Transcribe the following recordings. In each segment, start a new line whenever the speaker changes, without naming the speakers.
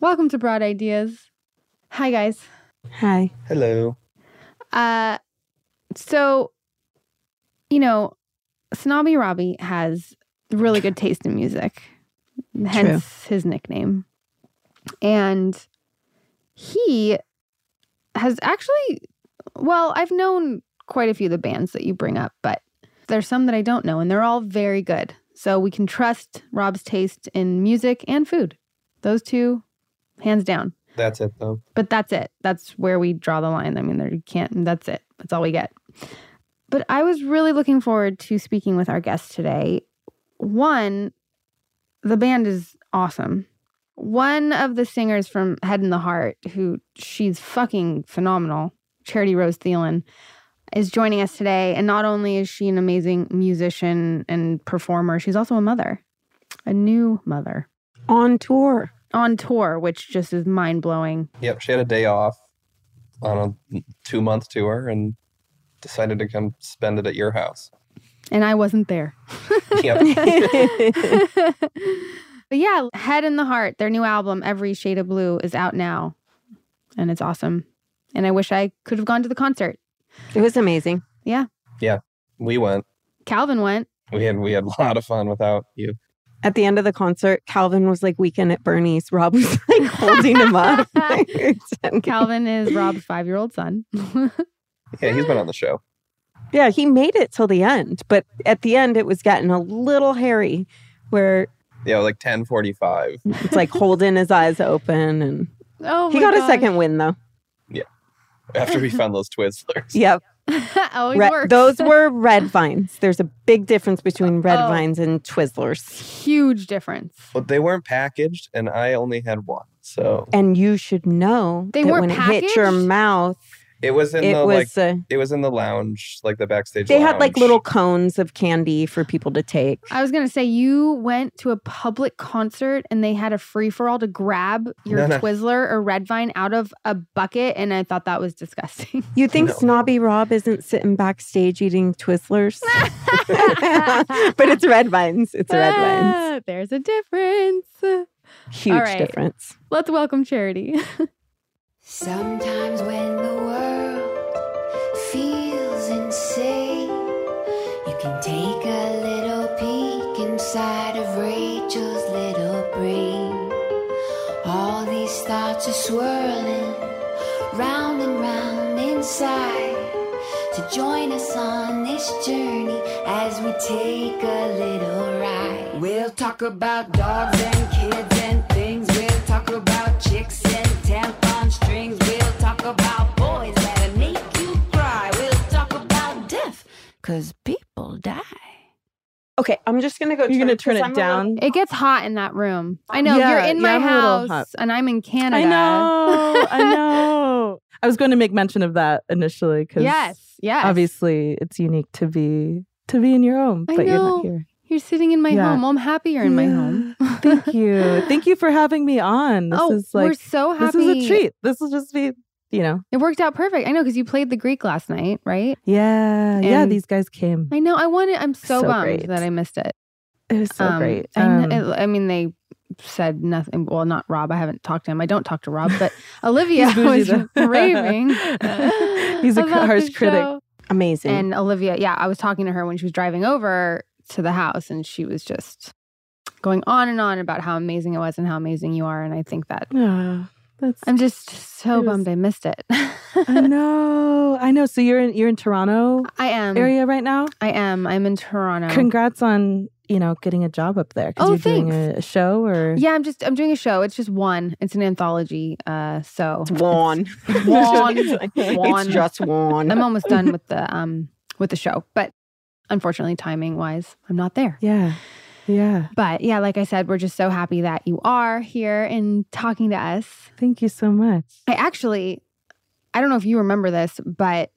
Welcome to Broad Ideas. Hi, guys.
Hi.
Hello.
Uh, so, you know, Snobby Robbie has really good taste in music, hence his nickname. And he has actually, well, I've known quite a few of the bands that you bring up, but there's some that I don't know, and they're all very good. So we can trust Rob's taste in music and food. Those two, hands down.
That's it, though.
But that's it. That's where we draw the line. I mean, there you can't. That's it. That's all we get. But I was really looking forward to speaking with our guest today. One, the band is awesome. One of the singers from Head in the Heart, who she's fucking phenomenal, Charity Rose Thielen, is joining us today. And not only is she an amazing musician and performer, she's also a mother, a new mother
On tour.
on tour, which just is mind blowing.
Yep, she had a day off on a two month tour and decided to come spend it at your house.
And I wasn't there.
Yep.
but yeah, Head in the Heart, their new album, Every Shade of Blue, is out now. And it's awesome. And I wish I could have gone to the concert.
It was amazing.
we went.
Calvin went.
We had we had a lot of fun without you.
At the end of the concert, Calvin was like weekend at Bernie's. Rob was like holding him up.
Calvin is Rob's five year old son.
Yeah, he's been on the show.
Yeah, he made it till the end, but at the end it was getting a little hairy where
Yeah, like ten forty five.
it's like holding his eyes open and
oh, my
he got a
gosh.
second win though.
After we found those Twizzlers.
Yep.
Always
Re-
works.
those were red vines. There's a big difference between red
Oh.
vines and Twizzlers.
huge difference.
But they weren't packaged, and I only had one. So
And you should know
They
that
weren't
when it hit your
packaged?
mouth,
it was in
it
the like
was uh,
it was in the lounge, like the backstage.
they had like
lounge.
little cones of candy for people to take.
I was gonna say you went to a public concert and they had a free for all to grab your
No, no.
Twizzler or Red Vine out of a bucket, and I thought that was disgusting.
You think
No.
Snobby Rob isn't sitting backstage eating Twizzlers? but it's red vines. It's red vines.
Ah, There's a difference.
Huge
right.
difference.
Let's welcome Charity.
Sometimes when the world feels insane, you can take a little peek inside of Rachel's little brain. All these thoughts are swirling round and round inside. So join us on this journey as we take a little ride. We'll talk about dogs and kids and things. We'll talk about chicks and tampon strings. We'll talk about boys that'll make you cry. We'll talk about death, cause people die.
Okay, I'm just gonna go.
You're gonna turn
'cause
it
I'm a
down?
little-
It gets hot in that room. I know
Yeah,
you're in
yeah,
my
I'm a little hot.
house and I'm in
I
Canada.
know. I know. I was going to make mention of that initially because
Yes, yes.
obviously it's unique to be to be in your home,
I
but you're
know.
not here.
You're sitting in my
Yeah.
home. Well, I'm happy you're in my home.
Thank you. Thank you for having me on. This
oh,
is like
we're so
this
happy.
is a treat. This will just be you know.
It worked out perfect. I know because you played the Greek last night, right?
Yeah. yeah.
And-
These guys came.
I know. I wanted. I'm so,
So
bummed
great.
that I missed it.
It was so
Um,
great.
I, kn-
Um,
I mean, they said nothing. Well, not Rob. I haven't talked to him. I don't talk to Rob, but Olivia
he's bougie
was
though.
raving.
He's a cr-
about
harsh
the
critic.
show.
Mm.
Amazing.
And Olivia, yeah, I was talking to her when she was driving over to the house, and she was just going on and on about how amazing it was and how amazing you are. And I think that
Ah, that's.
I'm just so
It was-
bummed I missed it.
I know. I know. So you're in you're in Toronto
I am.
area right now.
I am. I'm in
Oh.
Toronto.
Congrats on you know getting a job up there. 'cause
Oh,
you're doing
thanks.
a, a show or
yeah, I'm just I'm doing a show. It's just one. It's an anthology. Uh, so
it's Juan.
Juan. Juan.
It's just Juan.
I'm almost done with the um with the show, but unfortunately, timing wise, I'm not there.
Yeah. Yeah.
But yeah, like I said, we're just so happy that you are here and talking to us.
Thank you so much.
I actually, I don't know if you remember this, but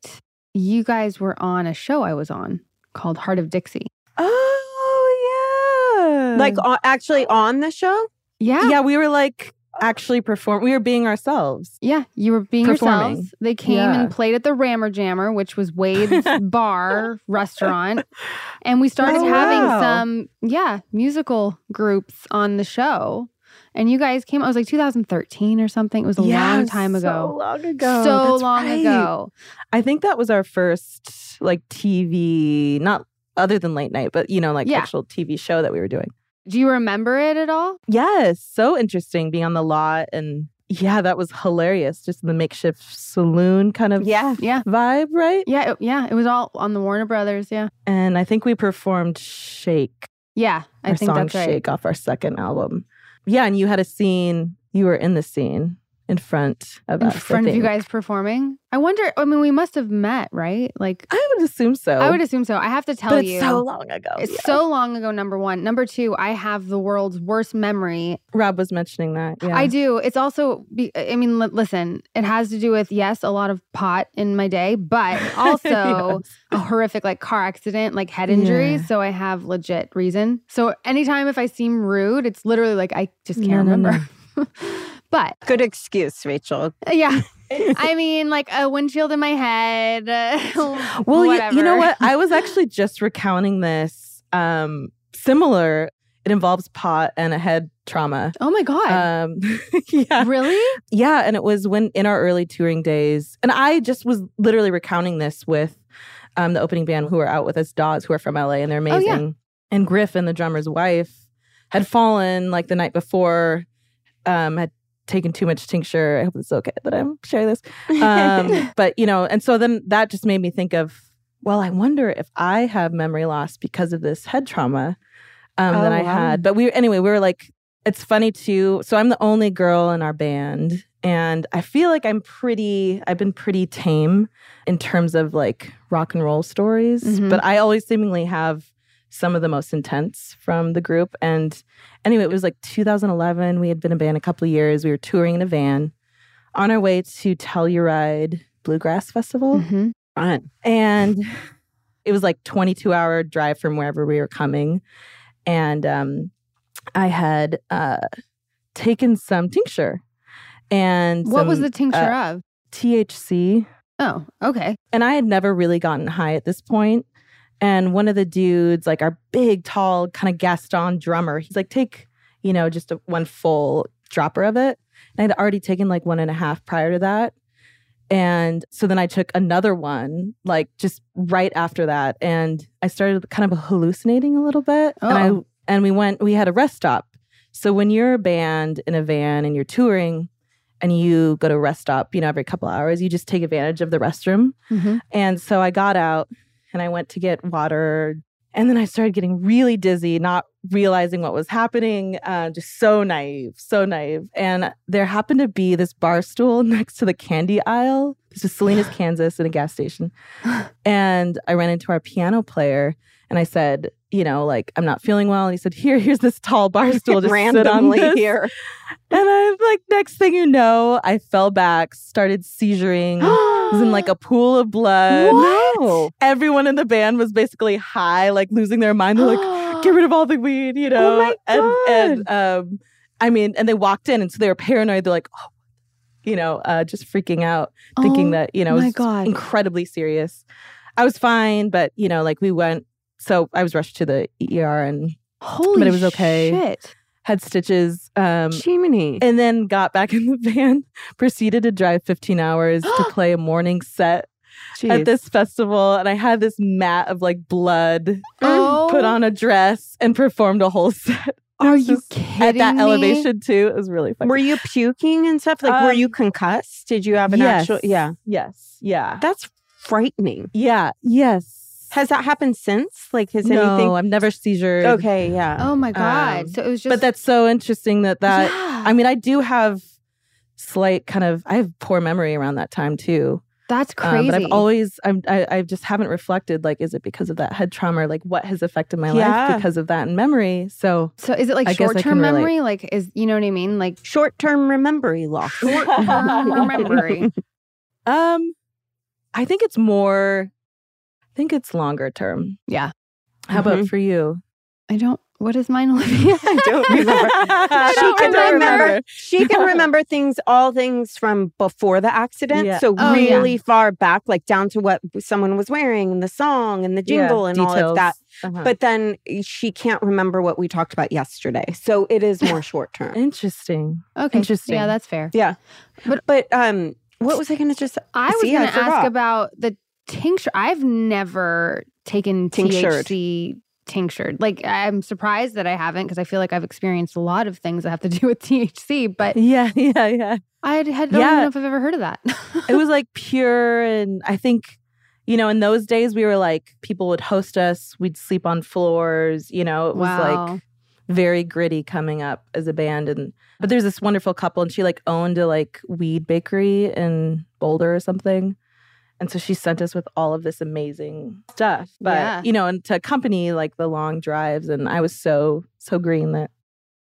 you guys were on a show I was on called Heart of Dixie.
Oh, yeah.
like uh, actually on the show.
Yeah.
yeah, we were like actually perform. We were being ourselves.
Yeah, you were being
Performing.
yourselves. They came and
Yeah.
played at the Rammer Jammer, which was Wade's bar restaurant, and we started
Oh,
having
wow.
some yeah musical groups on the show, And you guys came, I was like 2013 or something. It was a long time
So
ago.
long ago.
So
That's
long
right.
ago.
I think that was our first like TV, not other than late night, but you know, like
Yeah.
actual TV show that we were doing.
Do you remember it at all?
Yes, so interesting being on the lot and yeah, that was hilarious. Just the makeshift saloon kind of
Yeah.
Yeah.
vibe, right?
Yeah. It, yeah. It was all on the Warner Brothers. Yeah.
And I think we performed Shake,
Yeah. I
our
think
song
that's right.
Shake off our second album. Yeah, and you had a scene, you were in the scene in front of
In
us. I
front of you
think.
guys performing. I wonder, I mean, we must have met, right? Like,
I would assume so.
I would assume so. I have to tell
Oh. but it's
you.
so long ago.
it's
yeah.
so long ago, number one. Number two, I have the world's worst memory
Rob was mentioning that. Yeah.
I do. It's also, be, I mean, li- listen, it has to do with, yes, a lot of pot in my day, but also a horrific like car accident, like head injury.
Yeah.
So I have legit reason. So anytime if I seem rude, it's literally like, I just can't
No, no,
remember. but
Good excuse, Rachel.
Uh, yeah, I mean, like a windshield in my head. uh,
Well, you, you know
whatever.
what? I was actually just recounting this. Um, similar. It involves pot and a head trauma.
Oh my God.
Um, yeah,
really?
yeah. And it was when in our early touring days, and I just was literally recounting this with um, the opening band who were out with us, Dawes, who are from LA, and they're
Oh,
amazing.
yeah.
And Griffin, the drummer's wife, had fallen like the night before. Um, had taken too much tincture. I hope it's okay that I'm sharing this um, but you know, and so then that just made me think of, well, I wonder if I have memory loss because of this head trauma um,
Oh,
that I
wow.
had. But we anyway, we were like, it's funny too. So I'm the only girl in our band, and I feel like I'm pretty. I've been pretty tame in terms of like rock and roll stories,
Mm-hmm.
Mhm.
but I always seemingly have some of the most intense from the group. And anyway, it was like 2011. We had been a band a couple of years. We were touring in a van on our way to Telluride Bluegrass Festival.
Mhm.
Fun.
And it was like 22 hour drive from wherever we were coming. And um, I had uh, taken some tincture and
What was
some,
the tincture of?
THC
Oh, okay.
and I had never really gotten high at this point. And one of the dudes, like our big, tall, kind of Gaston drummer, he's like, take, you know, just a, one full dropper of it. And I'd already taken like one and a half prior to that. And so then I took another one, like just right after that. And I started kind of hallucinating a little bit. And,
Uh-oh.
I, and we went, we had a rest stop. So when you're a band in a van and you're touring and you go to a rest stop, you know, every couple hours, you just take advantage of the restroom.
Mhm.
And so I got out and I went to get water. And then I started getting really dizzy, not realizing what was happening, uh, just so naive, so naive. And there happened to be this bar stool next to the candy aisle. This was Salinas, Kansas, in a gas station. And I ran into our piano player and I said, you know, like, I'm not feeling well. And he said, here, here's this tall bar stool. Just sit on
randomly
this.
here.
And I'm like, next thing you know, I fell back, started seizuring, was in like a pool of blood.
Oh.
What?
Everyone in the band was basically high, like losing their mind. They're like, get rid of all the weed,
Oh
you know?
my
And, and um, I mean, and they walked in, and so they were paranoid. They're like, oh, you know, uh, just freaking out, thinking
Oh,
that, you know, it
my
was
God.
incredibly serious. I was fine, but, you know, like we went, so I was rushed to the ER and
Holy
it was okay.
shit.
had stitches. Um,
Chimney.
and then got back in the van, proceeded to drive 15 hours to play a morning set at this festival. And I had this mat of like blood,
Oh,
put on a dress, and performed a whole set.
Are
This
you
is
kidding
at that
me?
elevation too? It was really fun.
Were you puking and stuff? Like, were
Um,
you concussed? Did you have an
yes.
actual? Yeah,
Yes. Yeah.
that's frightening.
yeah. Yes.
Has that happened since? Like, has
no,
anything?
I've never seizured.
Okay, yeah.
Oh my god!
Um,
so it was just.
But that's so interesting that that.
Yeah.
I mean, I do have slight kind of. I have poor memory around that time too.
that's
Um,
crazy.
but I've always, I'm, I, I just haven't reflected. Like, is it because of that head trauma? Or, like, what has affected my
Yeah.
life because of that in memory? So,
so is it like
I guess I
short
can
term
relate.
memory? Like is you know what I mean? Like
Short-term memory loss.
short-term memory.
um, I think it's more. I think it's longer term.
Yeah.
Mm-hmm.
How about for you?
I don't. What is mine, Olivia?
I don't remember.
she
don't remember.
she can remember things, all things from before the accident.
Yeah.
So
Oh, yeah.
really far back, like down to what someone was wearing and the song and the jingle and all of that. Uh-huh.
But
But then eh, she can't remember what we talked about yesterday. So it is more short term.
interesting.
Okay.
Interesting.
Yeah, that's fair.
But um, what was I going to just
I was
See, I
going to ask
forgot.
about the tincture. I've never taken
Tinctured.
THC tinctured. Like I'm surprised that I haven't because I feel like I've experienced a lot of things that have to do with THC, but
Yeah, yeah, yeah.
I had, had, don't even
Yeah.
know if I've ever heard of that.
it was like pure and I think you know, in those days we were like people would host us, we'd sleep on floors, you know, it was like
wow.
very gritty coming up as a band and but there's this wonderful couple and she like owned a like weed bakery in Boulder or something and so she sent us with all of this amazing stuff but
Yeah.
you know and to accompany like the long drives and i was so so green that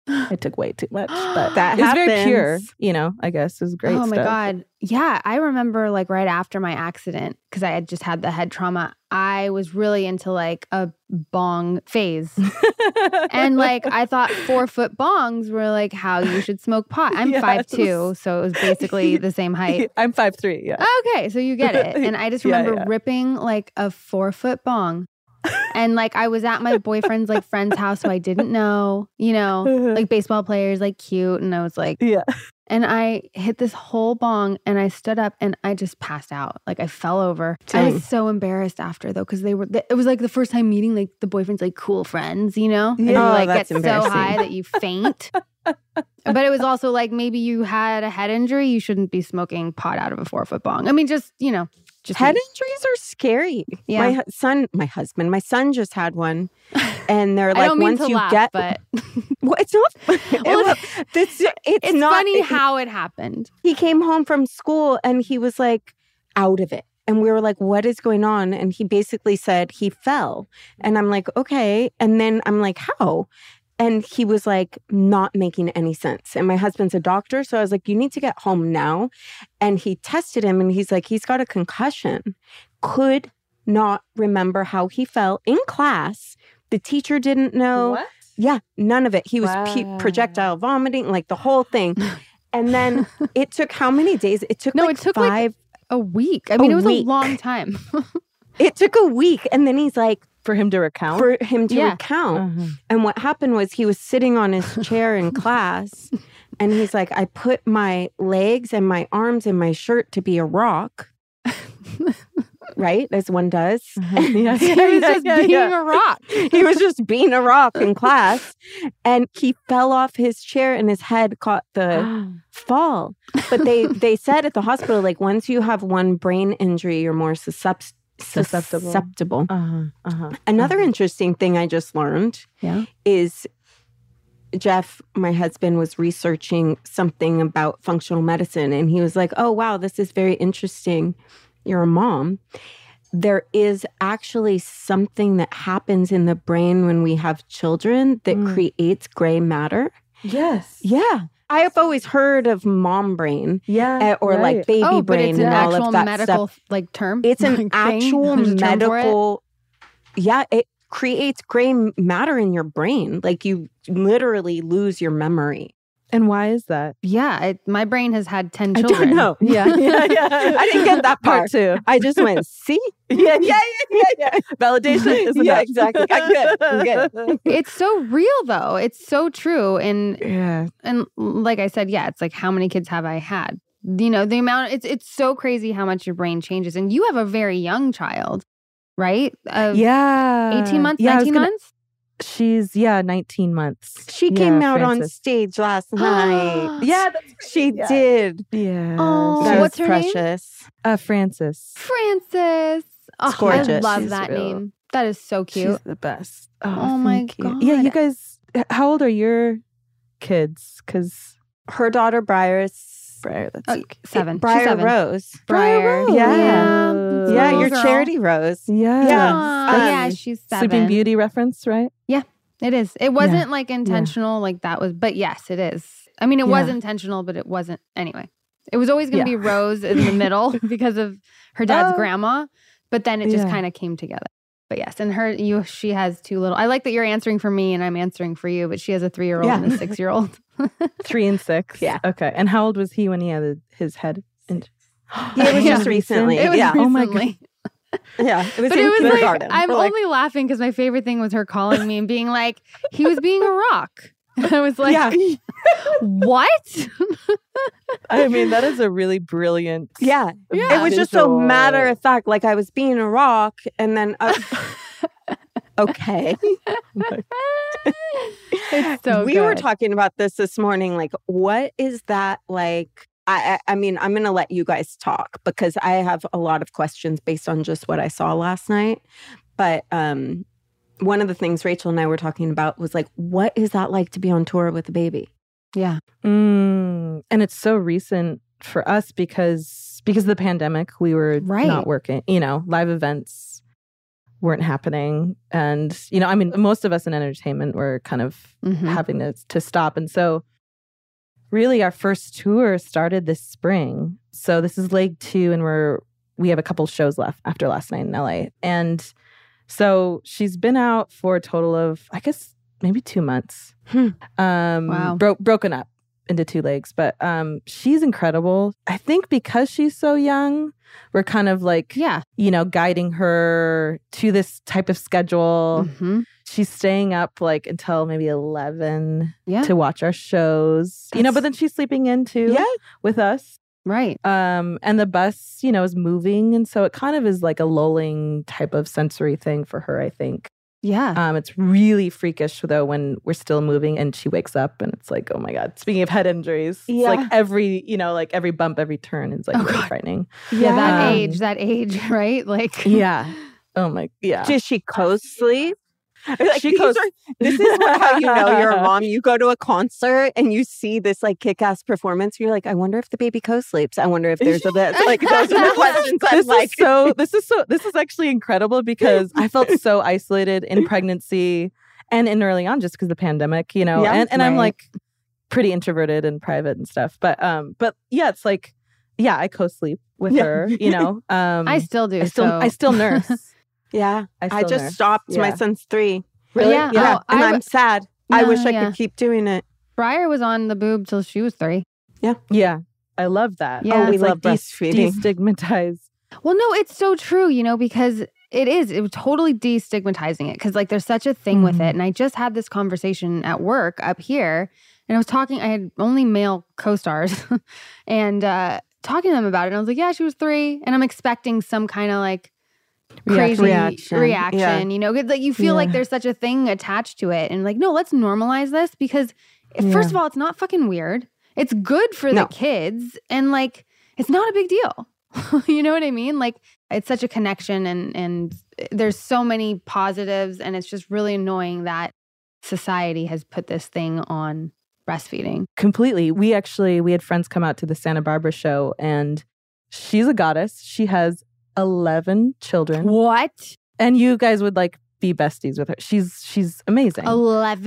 i took way too much but
That
it was very pure
happens.
you know i guess it was great
oh my
stuff.
god. Yeah, I remember like right after my accident cuz I had just had the head trauma, I was really into like a bong phase. and like I thought four foot bongs were like how you should smoke pot. I'm
Yes.
five two, so it was basically the same height.
i'm five three yeah
Okay, so you get it. And I just
Yeah,
remember
yeah.
ripping like a four foot bong. and like I was at my boyfriend's like friend's house who I didn't know, you know, Oh, like baseball players, like cute. And I was like,
yeah
and I hit this whole bong and I stood up and I just passed out. Like I fell over. I
Dang.
was so embarrassed after though, because they were, it was like the first time meeting like the boyfriend's like cool friends, you know? And you
Yeah. Oh,
like
that's
get so
embarrassing.
high that you faint. but it was also like maybe you had a head injury. You shouldn't be smoking pot out of a four foot bong. I mean, just, you know, just
Head injuries are scary.
Yeah.
My hu- son, my husband, my son just had one. And they're
I
like,
don't mean
once
to
you
laugh,
get,
but
well, it's not,
Well,
well, it's, it's,
it's
not,
funny
it-
how it happened.
he came home from school and he was like out of it. And we were like, what is going on? And he basically said he fell. And I'm like, okay. And then I'm like, how? And he was like, not making any sense. And my husband's a doctor. So I was like, you need to get home now. And he tested him and he's like, he's got a concussion. Could not remember how he fell in class. The teacher didn't know.
what
Yeah, none of it. He was
Wow.
pe- projectile vomiting, like the whole thing. And then it took how many days? It took
No,
like
it took, like,
five.
A week. I mean,
A
it was
week.
a long time.
it took a week, and then he's like
for him to recount
for him to
Yeah. Uh.
recount.
Uh-huh.
And what happened was he was sitting on his chair in class, and he's like, "I put my legs and my arms in my shirt to be a rock." right, as one does.
Uh-huh.
uh-huh. Yeah,
he
yeah,
was
yeah,
just
yeah,
being
yeah.
a rock.
he was just being a rock in class, and he fell off his chair, and his head caught the. fall. But they they said at the hospital, like once you have one brain injury, you're more suscept-
Susceptible.
susceptible.
Uh-huh, uh-huh.
Another interesting thing I just learned
Mm-hmm. Yeah.
is Jeff, my husband, was researching something about functional medicine, and he was like, "Oh wow, this is very interesting. You're a mom." There is actually something that happens in the brain when we have children that
Mm.
creates gray matter.
Yes.
Yeah. I have always heard of mom brain
Yeah.
uh, or like baby
oh, but
brain
it's an
and all
actual
of that
medical
stuff.
like term.
It's an
like, thing?
actual
There's a term for it?
medical. Yeah, it creates gray m- matter in your brain. Like you literally lose your memory.
and why is that?
Yeah, it, my brain has had ten
I don't
children.
know.
Yeah. yeah, yeah.
I didn't get that
part
part.
two.
I just went see.
Yeah, yeah, yeah, yeah, yeah. Validation is
Yeah,
enough.
exactly. I'm good. I'm
good.
It's so real though. It's so true. And
Yeah.
and like I said, yeah, it's like how many kids have I had? You know, the amount. It's it's so crazy how much your brain changes. And you have a very young child, right? Of
Yeah.
Um, eighteen months,
Yeah, I was
nineteen
gonna-
months.
She's yeah, 19 months.
She
Yeah,
came out on
Frances.
stage last night.
Yeah, that's
She
Yeah.
did.
yeah.
Oh,
that
She's-
what's
was
her name?
precious.
uh Francis.
Francis. Oh, I
gorgeous.
love
She's
that
real.
name. That is so
She's
cute.
the best. Oh,
Oh my
thank you. Yeah,
God.
you guys how old are your kids? Cause
Her daughter Briar is
Briar, that's
Oh, seven. She's
Briar
seven.
Rose.
Briar.
Rose.
Yeah.
Yeah.
It's a
Yeah,
little
your
girl.
charity rose.
yeah.
Yeah.
Aw,
Um,
yeah, she's seven.
Sleeping Beauty reference, right?
It is. It wasn't like intentional, like that was, but yes, it is. I mean, it was
Yeah.
intentional, but it wasn't. Anyway, it was always going to
Yeah.
be Rose in the middle because of her dad's
Oh.
grandma, but then it just
Yeah.
kind of came together. But yes, and her you she has two little. I like that you're answering for me and I'm answering for you, but she has a 3-year-old
Yeah.
and a 6-year-old.
Three and six.
Yeah.
Okay. And how old was he when he had the- his head? In-
Yeah, it was
Yeah.
just recently.
It was
yeah.
recently.
Oh my
Yeah. It was
But
in
it was like
kindergarten.
I'm
We're like,
only laughing cuz my favorite thing was her calling me and being like he was being a rock. I was like,
Yeah.
"What?"
I mean, that is a really brilliant.
yeah.
Yeah.
It was just so matter of fact. Like I was being a rock and then uh, Okay.
It's so
we were
good.
talking about this this morning. Like, what is that like? I, I I mean, I'm going to let you guys talk because I have a lot of questions based on just what I saw last night. But um, one of the things Rachel and I were talking about was like, what is that like to be on tour with a baby?
Yeah.
Mm, and it's so recent for us because because of the pandemic, we were
Right.
not working. You know, live events weren't happening, and you know, I mean, most of us in entertainment were kind of
Mhm.
having to to stop, and so really, our first tour started this spring. So this is leg two, and we're we have a couple shows left after last night in LA, and so she's been out for a total of I guess maybe two months.
Hmm.
Um,
Wow.
bro- broken up into two legs, but um, she's incredible. I think because she's so young, we're kind of like
Yeah.
you know guiding her to this type of schedule.
Mhm.
She's staying up like until maybe eleven
Yeah.
to watch our shows, you know.
That's-
But then she's sleeping in too with us.
Right.
Um, and the bus, you know, is moving, and so it kind of is like a lulling type of sensory thing for her. I think.
Yeah.
Um, it's really freakish though when we're still moving and she wakes up and it's like, oh my god. Speaking of head injuries, it's
Yeah.
like every you know, like every bump, every turn is like
Oh,
really
God.
frightening.
yeah, that
Um,
age, that age, right? Like
Yeah. Oh my yeah.
Does she coast sleep? Like,
She
these
coast-
are- this is what- how you know you're a mom. You go to a concert and you see this like kick-ass performance. You're like, I wonder if the baby co-sleeps. I wonder if there's a this. Like those are the questions. I'm
This
like,
is so this is so this is actually incredible because I felt so isolated in pregnancy and in early on just because the pandemic, you know.
Yeah.
and and I'm
Right.
like pretty introverted and private and stuff. But um but yeah, it's like yeah, I co-sleep with
Yeah.
her, you know. Um
I still do.
I still
so.
I still nurse.
yeah. I
still
just
nurse.
stopped my
Yeah.
son's three.
Really? Yeah.
Yeah.
Oh,
and
I
I, am
w-
sad. I
No,
wish I
yeah.
could keep doing it.
Briar was on the boob till she was three.
Yeah. I love that.
Yeah.
oh, we
It's
love
like de-
breastfeeding.
destigmatize.
Well, no, it's so true, you know, because it is. It was totally destigmatizing it because, like, there's such a thing with it.
Mhm.
And I just had this conversation at work up here, and I was talking. I had only male co-stars, and uh, talking to them about it. And I was like, "Yeah, she was three, and I'm expecting some kind of like
React-
crazy reaction.
reaction. Yeah.
You know, 'cause, like you feel like
Yeah.
there's such a thing attached to it, and like, no, let's normalize this because first of all, it's not fucking weird. It's good for
No.
the kids, and like, it's not a big deal. you know what I mean? Like, it's such a connection, and and eh, there's so many positives, and it's just really annoying that society has put this thing on breastfeeding.
completely we actually we had friends come out to the santa barbara show and she's a goddess she has 11 children
What?
and you guys would like be besties with her she's she's amazing
Eleven.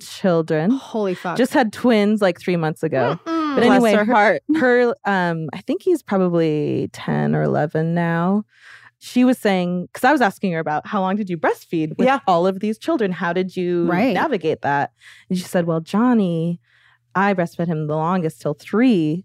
children
Holy fuck.
just had twins like three months ago
Mm-mm.
But
Bless
anyway,
her heart.
her um i think he's probably 10 or 11 now she was saying because i was asking her about how long did you breastfeed with
Yeah.
all of these children how did you
Right.
navigate that and she said well johnny i breastfed him the longest till three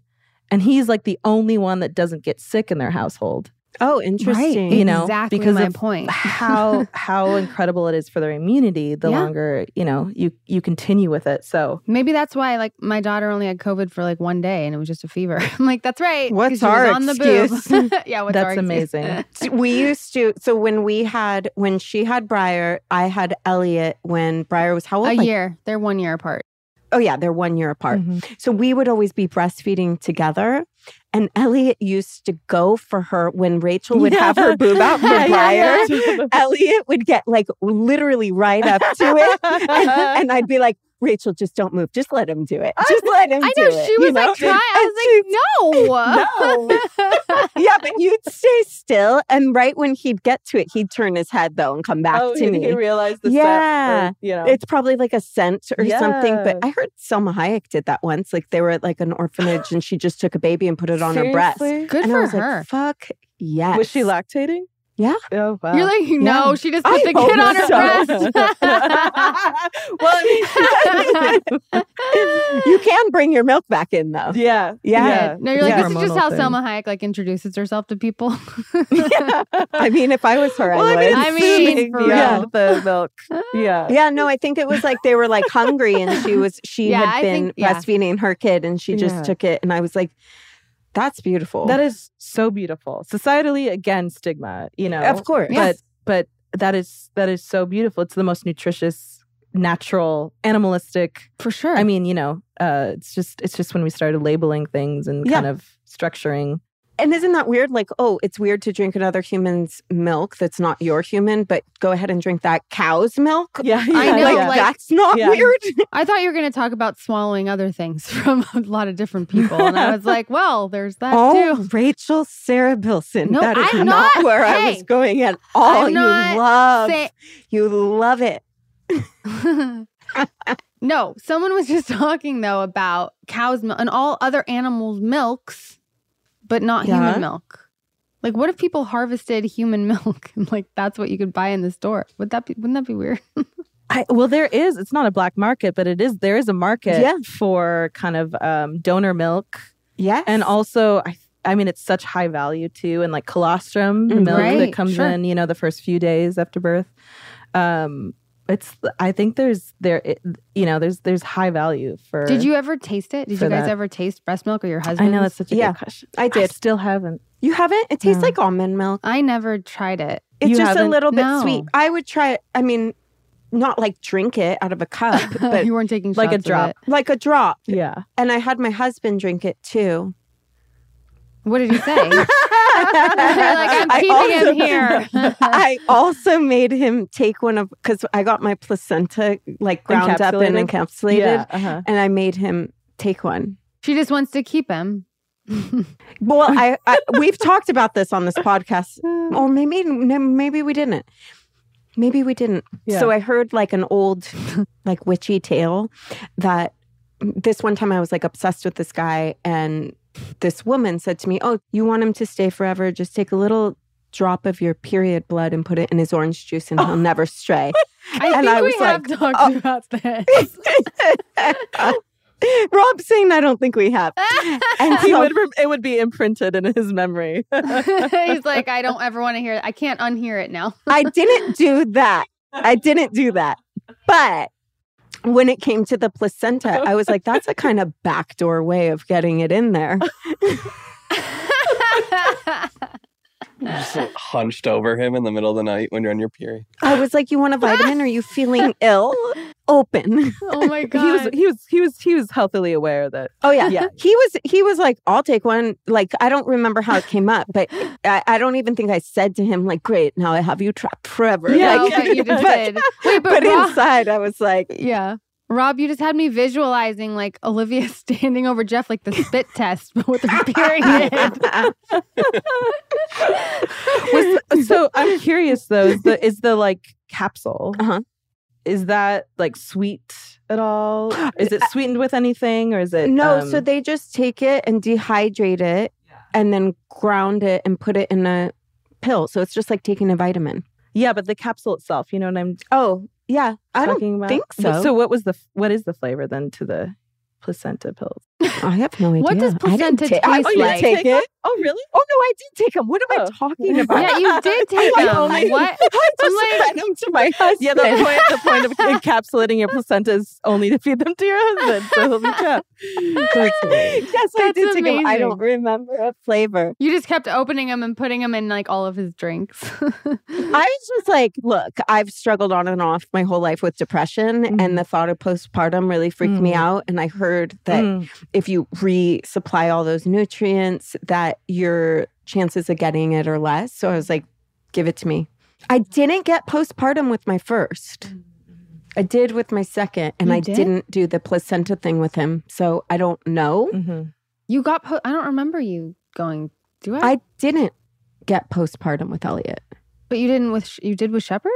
and he's like the only one that doesn't get sick in their household
Oh, interesting.
you know,
exactly
because
my
of
point.
how how incredible it is for their immunity the
Yeah.
longer you know you you continue with it so
Maybe that's why, like, my daughter only had COVID for like one day, and it was just a fever. I'm like, that's right.
What's
'cause she
our
was on the boob.
excuse?
yeah, what's
That's
our excuse?
amazing.
we used to so when we had when she had Briar, I had Elliot when Briar was how old?
a
Like-
year. They're one year apart.
Oh yeah, they're one year apart.
Mhm.
So we would always be breastfeeding together. And Elliot used to go for her when Rachel would have her boob out for
Yeah,
Briar.
yeah, yeah.
Elliot would get like literally right up to it. And, and I'd be like, Rachel, just don't move. Just let him do it. Just let him
Uh-huh. I
do
know
it.
she
you
was
know?
like trying.
And
I was like,
No.
no.
yeah, but you'd stay still. And right when he'd get to it, he'd turn his head though and come back
oh,
to
he,
me.
he realized the
Yeah.
step or, you know
It's probably like a scent or something. But
Yes.
I heard Selma Hayek did that once. Like they were at like an orphanage and she just took a baby and put it on her breast.
Seriously?
Good
and I
for
was
her.
like, fuck yes.
Was she lactating?
Yeah.
Oh wow.
You're like, no, she just put
I
the kid on her breast.
well, I
You can bring your milk back in though.
mean, yeah,
Yeah.
No, you're like,
Yeah.
this is just how
Hormonal
Selma Hayek like introduces herself to people.
I mean, if I was her,
Well,
I
I
would.
mean,
I mean,
assuming
for
yeah,
real.
the milk. Yeah.
yeah, no, I think it was like they were like hungry and she was she
Yeah, I
had been
think- yeah.
breastfeeding her kid and she just
Yeah.
took it and I was like, that's beautiful.
That is so beautiful. Societally again stigma, you know.
of course.
Yes.
But that is that is so beautiful. It's the most nutritious, natural, animalistic.
For sure.
I mean, you know, uh it's just it's just when we started labeling things and
Yeah.
kind of structuring.
And isn't that weird? Like, oh, it's weird to drink another human's milk that's not your human, but go ahead and drink that cow's milk.
Yeah.
I know,
like,
yeah.
that's not
Yeah.
weird.
I thought you were going to talk about swallowing other things from a lot of different people. And I was like, well, there's that
Oh,
too.
Rachel Sarah Bilson.
No,
that is
I'm
not,
not-
where I
hey,
was going at all.
I'm
you
not
love,
Say-
you love it.
no, someone was just talking though about cow's milk and all other animals' milks, but not
Yeah.
human milk. Like, what if people harvested human milk and like that's what you could buy in the store? Would that be? Wouldn't that be weird?
I, well, there is. It's not a black market, but it is. There is a market
Yeah.
for kind of um, donor milk,
Yes,
and also, I, I mean, it's such high value too, and like colostrum, the
Mm,
milk
right,
that comes
sure.
in, you know, the first few days after birth. Um, it's. I think there's there, it, you know, there's there's high value for.
Did you ever taste it? Did
for
you guys
that.
ever taste breast milk or your
I
husband?
know that's such a
Yeah,
good question.
I
I
did.
still haven't.
You haven't? It tastes
No.
like almond milk.
I never tried it.
It's
You
just a
haven't?
little bit
No.
sweet. I would try it. I mean, not like drink it out of a cup, but
you weren't taking
Like a
shots of
drop.
it.
like a drop.
Yeah,
And I had my husband drink it too.
What did you say? You're like I'm
I
keeping
also-
him here.
I also made him take one of because I got my placenta like ground up and
Encapsulated?
encapsulated,
yeah. Uh-huh.
and I made him take one.
she just wants to keep him.
Well, I, I we've talked about this on this podcast, or maybe no, maybe we didn't. Maybe we didn't.
Yeah.
So I heard like an old, like witchy tale that this one time I was like obsessed with this guy, and this woman said to me, "Oh, you want him to stay forever? Just take a little." Drop of your period blood and put it in his orange juice, and he'll
Oh.
never stray.
I
And
think
I
we
was
have talked
oh.
about this.
Rob saying, I don't think we have. And
He
so-
would rem- it would be imprinted in his memory.
He's like, I don't ever want to hear it. I can't unhear it now.
I didn't do that. I didn't do that. But when it came to the placenta, I was like, that's a kind of backdoor way of getting it in there.
Just like, hunched over him in the middle of the night when you're on your period.
I was like, you want a vitamin? Are you feeling ill? Open.
oh my
he was
god.
he was he was he was healthily aware that
Oh yeah.
Yeah.
He was he was like, I'll take one. Like, I don't remember how it came up, but I, I don't even think I said to him, like, great, now I have you trapped forever.
Yeah,
no,
like,
yeah,
but you just
but-
did. Wait, but,
but
Rob,
inside I was like,
yeah, Rob, you just had me visualizing like Olivia standing over Jeff, like the spit test, but with her period.
Was- so i'm curious though is the is the like capsule
Uh-huh.
is that like sweet at all is it sweetened with anything or is it
No, so
um,
they just take it and dehydrate it and then ground it and put it in a pill. So it's just like taking a vitamin.
yeah but the capsule itself you know what i'm
Oh, yeah. I don't
talking about
think so.
so what was the f- what is the flavor then to the placenta pills
I have no idea.
What does
I didn't
placenta
ta- I-
taste
oh, you didn't
like?
take it?
oh really
Oh no, I did take them. What am
Oh.
I talking about?
yeah, you did take
I
them.
only-
What?
I just
I'm like-
fed them to my husband.
yeah, the point, the point of encapsulating your placenta is only to feed them to your husband. So he'll be trapped.
yes, I
That's
did take them. I
amazing.
don't remember a flavor.
You just kept opening them and putting them in like all of his drinks.
I was just like, look, I've struggled on and off my whole life with depression,
Mhm.
Mm-hmm.
and the thought of postpartum really freaked me
Mm.
out. And I heard that if you resupply all those nutrients that your chances of getting it are less so i was like give it to me i didn't get postpartum with my first i did with my second and
You
i
did?
did? not do the placenta thing with him so i don't know
Mm-hmm.
you got. Po- I don't remember you going. Do I?
i didn't get postpartum with elliot
But you didn't with. Sh- You did with Shepard.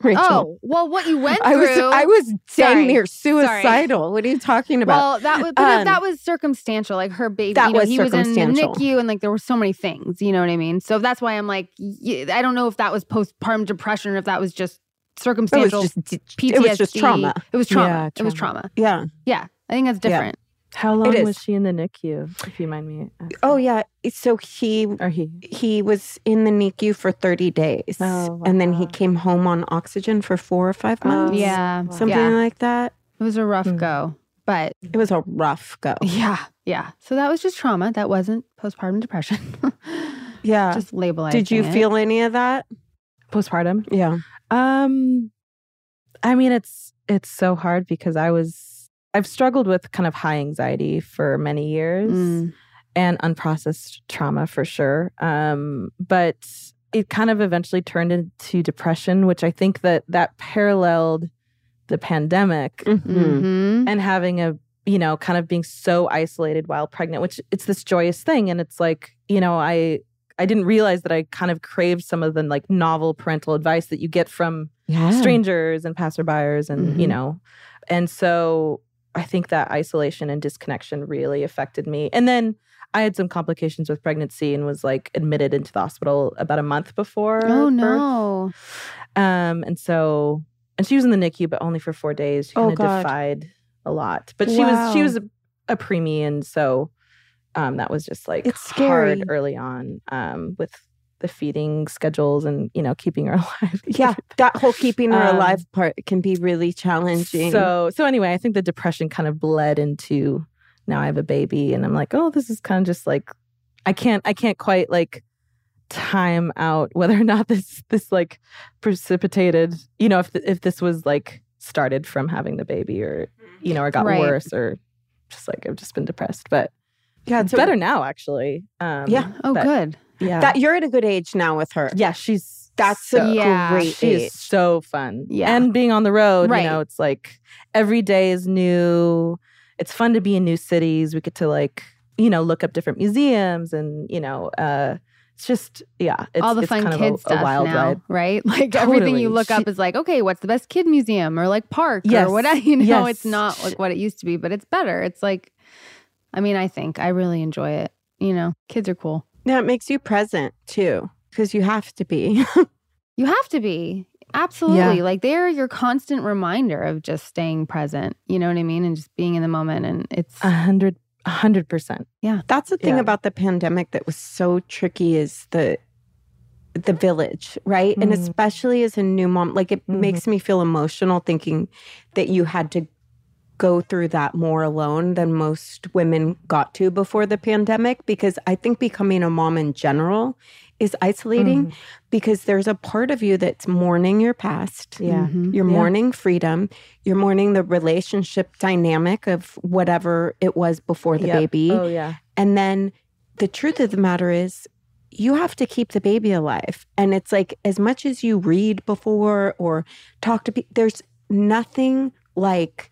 Rachel.
Oh, well, what you went through.
I was I was
Sorry.
damn near suicidal. What are you talking about?
Well, that was but
Um,
that was circumstantial. Like her baby,
that
you know,
was
he was in the
circumstantial.
NICU, and like there were so many things. You know what I mean? So that's why I'm like, y- I don't know if that was postpartum depression or if that was just
it
circumstantial
was just
PTSD.
it was just trauma.
It was trauma.
Yeah,
It was
trauma.
trauma.
Yeah.
Yeah, I think that's
Yeah.
different.
How long
is.
was she in the NICU, if you mind me? asking?
Oh yeah. So he
Or he?
he was in the NICU for 30 days,
Oh,
and then he
wow.
came home on oxygen for four or five
Oh,
months.
Yeah,
Wow.
something
Yeah.
like that.
it was a rough
Hmm.
go, but
It was a rough go.
yeah, yeah. So that was just trauma. That wasn't postpartum depression.
Yeah.
just eh? labelizing.
Uh, Did you
it.
feel any of that?
Postpartum?
Yeah.
Um, I mean, it's it's so hard because I was I've struggled with kind of high anxiety for many years
Mm.
and unprocessed trauma for sure. Um, but it kind of eventually turned into depression, which I think that that paralleled the pandemic
Mm-hmm.
Mhm.
and having a you know kind of being so isolated while pregnant which it's this joyous thing and it's like you know i i didn't realize that i kind of craved some of the like novel parental advice that you get from
Yeah.
strangers and passerbyers and you
Mm-hmm.
Mhm.
know and so i think that isolation and disconnection really affected me and then i had some complications with pregnancy and was like admitted into the hospital about a month before
Oh
birth.
no.
Um, and so, and she was in the NICU, but only for four days. She
Oh,
kind of
God.
defied a lot, but she was she
Wow.
was a, a preemie, and so um, that was just like
It's scary.
hard early on um, with the feeding schedules and you know keeping her alive.
Yeah. That whole keeping her
Um,
alive part can be really challenging.
So so anyway, I think the depression kind of bled into now I have a baby and I'm like, oh, this is kind of just like I can't I can't quite like time out whether or not this this like precipitated, you know, if th- if this was like started from having the baby or you know or got
Right.
worse or just like I've just been depressed, but
yeah,
it's better now actually. Um,
Yeah.
Oh
but-
good.
yeah,
That you're at a good age now with her.
yeah. She's
That's
so,
a
Yeah.
great
she
age.
is so fun.
Yeah.
And being on the road,
Right.
you know, it's like every day is new. It's fun to be in new cities. We get to like, you know, look up different museums and, you know, uh it's just yeah, it's
all the
it's
fun
kind
kids
of a,
stuff
a wild
now,
ride.
right? Like everything
Totally.
you look up
She-
is like, okay, what's the best kid museum or like park
Yes.
or what? You know,
Yes.
it's not like what it used to be, but it's better. It's like, I mean, I think I really enjoy it. You know, kids are cool.
Now it makes you present too, because you have to be.
You have to be absolutely like they're your constant reminder of just staying present. You know what I mean, and just being in the moment. And it's
A hundred a hundred percent.
That's the thing
Yeah.
about the pandemic that was so tricky is the the village, right? And
Mhm.
especially as a new mom, like it
Mhm.
makes me feel emotional thinking that you had to go through that more alone than most women got to before the pandemic because I think becoming a mom in general is isolating
Mhm.
because there's a part of you that's mourning your past.
Yeah.
Mhm.
You're
Yeah.
mourning freedom. You're mourning the relationship dynamic of whatever it was before the
Yep.
baby.
Oh yeah.
And then the truth of the matter is, you have to keep the baby alive. And it's like, as much as you read before or talk to people, there's nothing like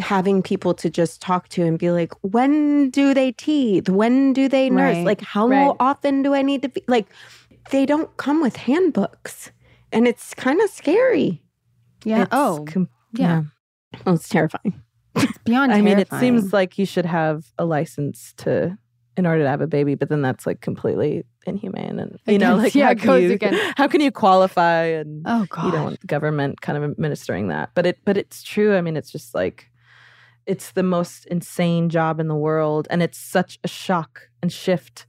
having people to just talk to and be like, when do they teeth? When do they nurse?
Right,
Like, how
right.
often do I need to be? Like, they don't come with handbooks. And it's kind of scary.
yeah.
It's
oh,
com-
yeah.
Oh, it's terrifying.
It's beyond.
I mean, it
terrifying.
seems like you should have a license to in order to have a baby, but then that's like completely inhumane and you know,
Against-
like
yeah,
how
it
can
goes
you-
against-
how can you qualify and
Oh god.
you don't want the government kind of administering that. But it but it's true. I mean, it's just like it's the most insane job in the world and it's such a shock and shift,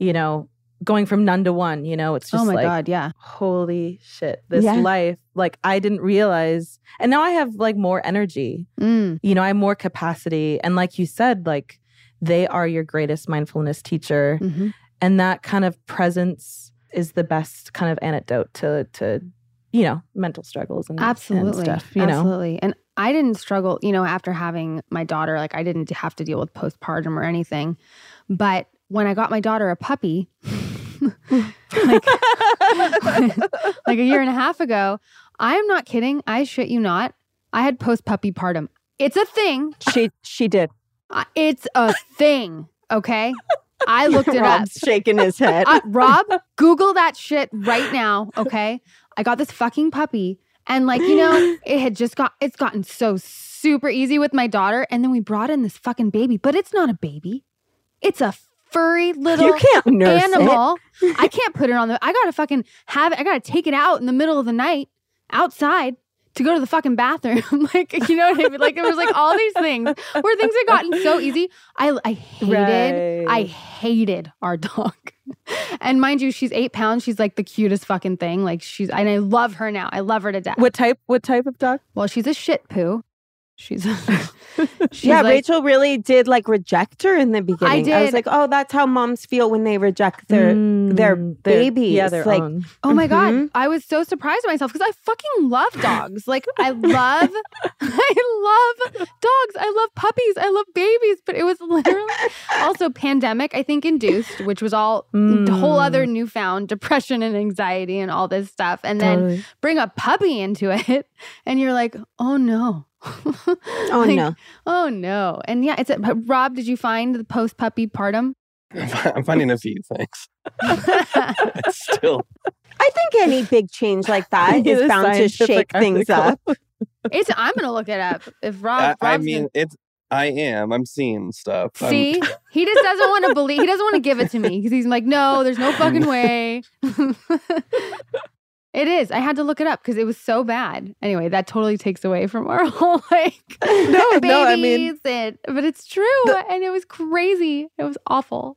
you know, going from none to one, you know, it's just
oh my
like
god. Yeah.
holy shit, this
Yeah.
life. Like I didn't realize and now I have like more energy
Mm.
you know, I have more capacity. And like you said, like they are your greatest mindfulness teacher.
hmm
And that kind of presence is the best kind of antidote to to, you know, mental struggles and, and
absolutely
stuff. You know?
absolutely and i didn't struggle you know after having my daughter like i didn't have to deal with postpartum or anything but when i got my daughter a puppy like, like a year and a half ago i am not kidding i shit you not i had post puppy partum it's a thing
She she did.
I- it's a thing okay i looked it up
Rob's shaking his head.
uh, Rob, Google that shit right now, okay? I got this fucking puppy And like, you know, it had just got it's gotten so super easy with my daughter. And then we brought in this fucking baby, but it's not a baby. It's a furry little
you can't nurse it.
animal. I can't put it on the. I gotta fucking have it. I gotta take it out in the middle of the night outside to go to the fucking bathroom. like you know what I mean? Like there was like all these things where things had gotten so easy. I I hated. I
Right.
hated our dog. and mind you, she's eight pounds. She's like the cutest fucking thing. Like she's and I love her now. I love her to death.
What type? What type of dog?
Well, she's a shit poo. She's. A, she's
yeah,
like-
Rachel really did like reject her in the beginning. was
did. Mm-hmm.
like, oh, that's how moms feel when they reject their. they're babies,
Mm, Yeah, their
like-
own.
Oh my god,
Mhm.
I was so surprised at myself because I fucking love dogs. Like I love I love dogs. I love puppies. I love babies, but it was literally also pandemic I think induced, which was all the whole
Mm.
other newfound depression and anxiety and all this stuff. And then
Totally.
bring a puppy into it and you're like, "Oh no."
Oh
Like,
no!
Oh no. And yeah, it's a, Rob, did you find the post puppy partum?
I'm finding a few things. It's still
I think any big change like that
Need
is
a
bound to
scientific
shake things up.
article.
it's I'm going to look it up. If Rob
I, I
Rob's gonna-
mean, it's. I am. I'm seeing stuff.
Um,
I'm-
See, he just doesn't want to believe. He doesn't want to give it to me because he's like, no, there's no fucking way. it is. I had to look it up because it was so bad. Anyway, that totally takes away from our whole like
No, no, I mean-
babies and- but it's true, and it was crazy. It was awful.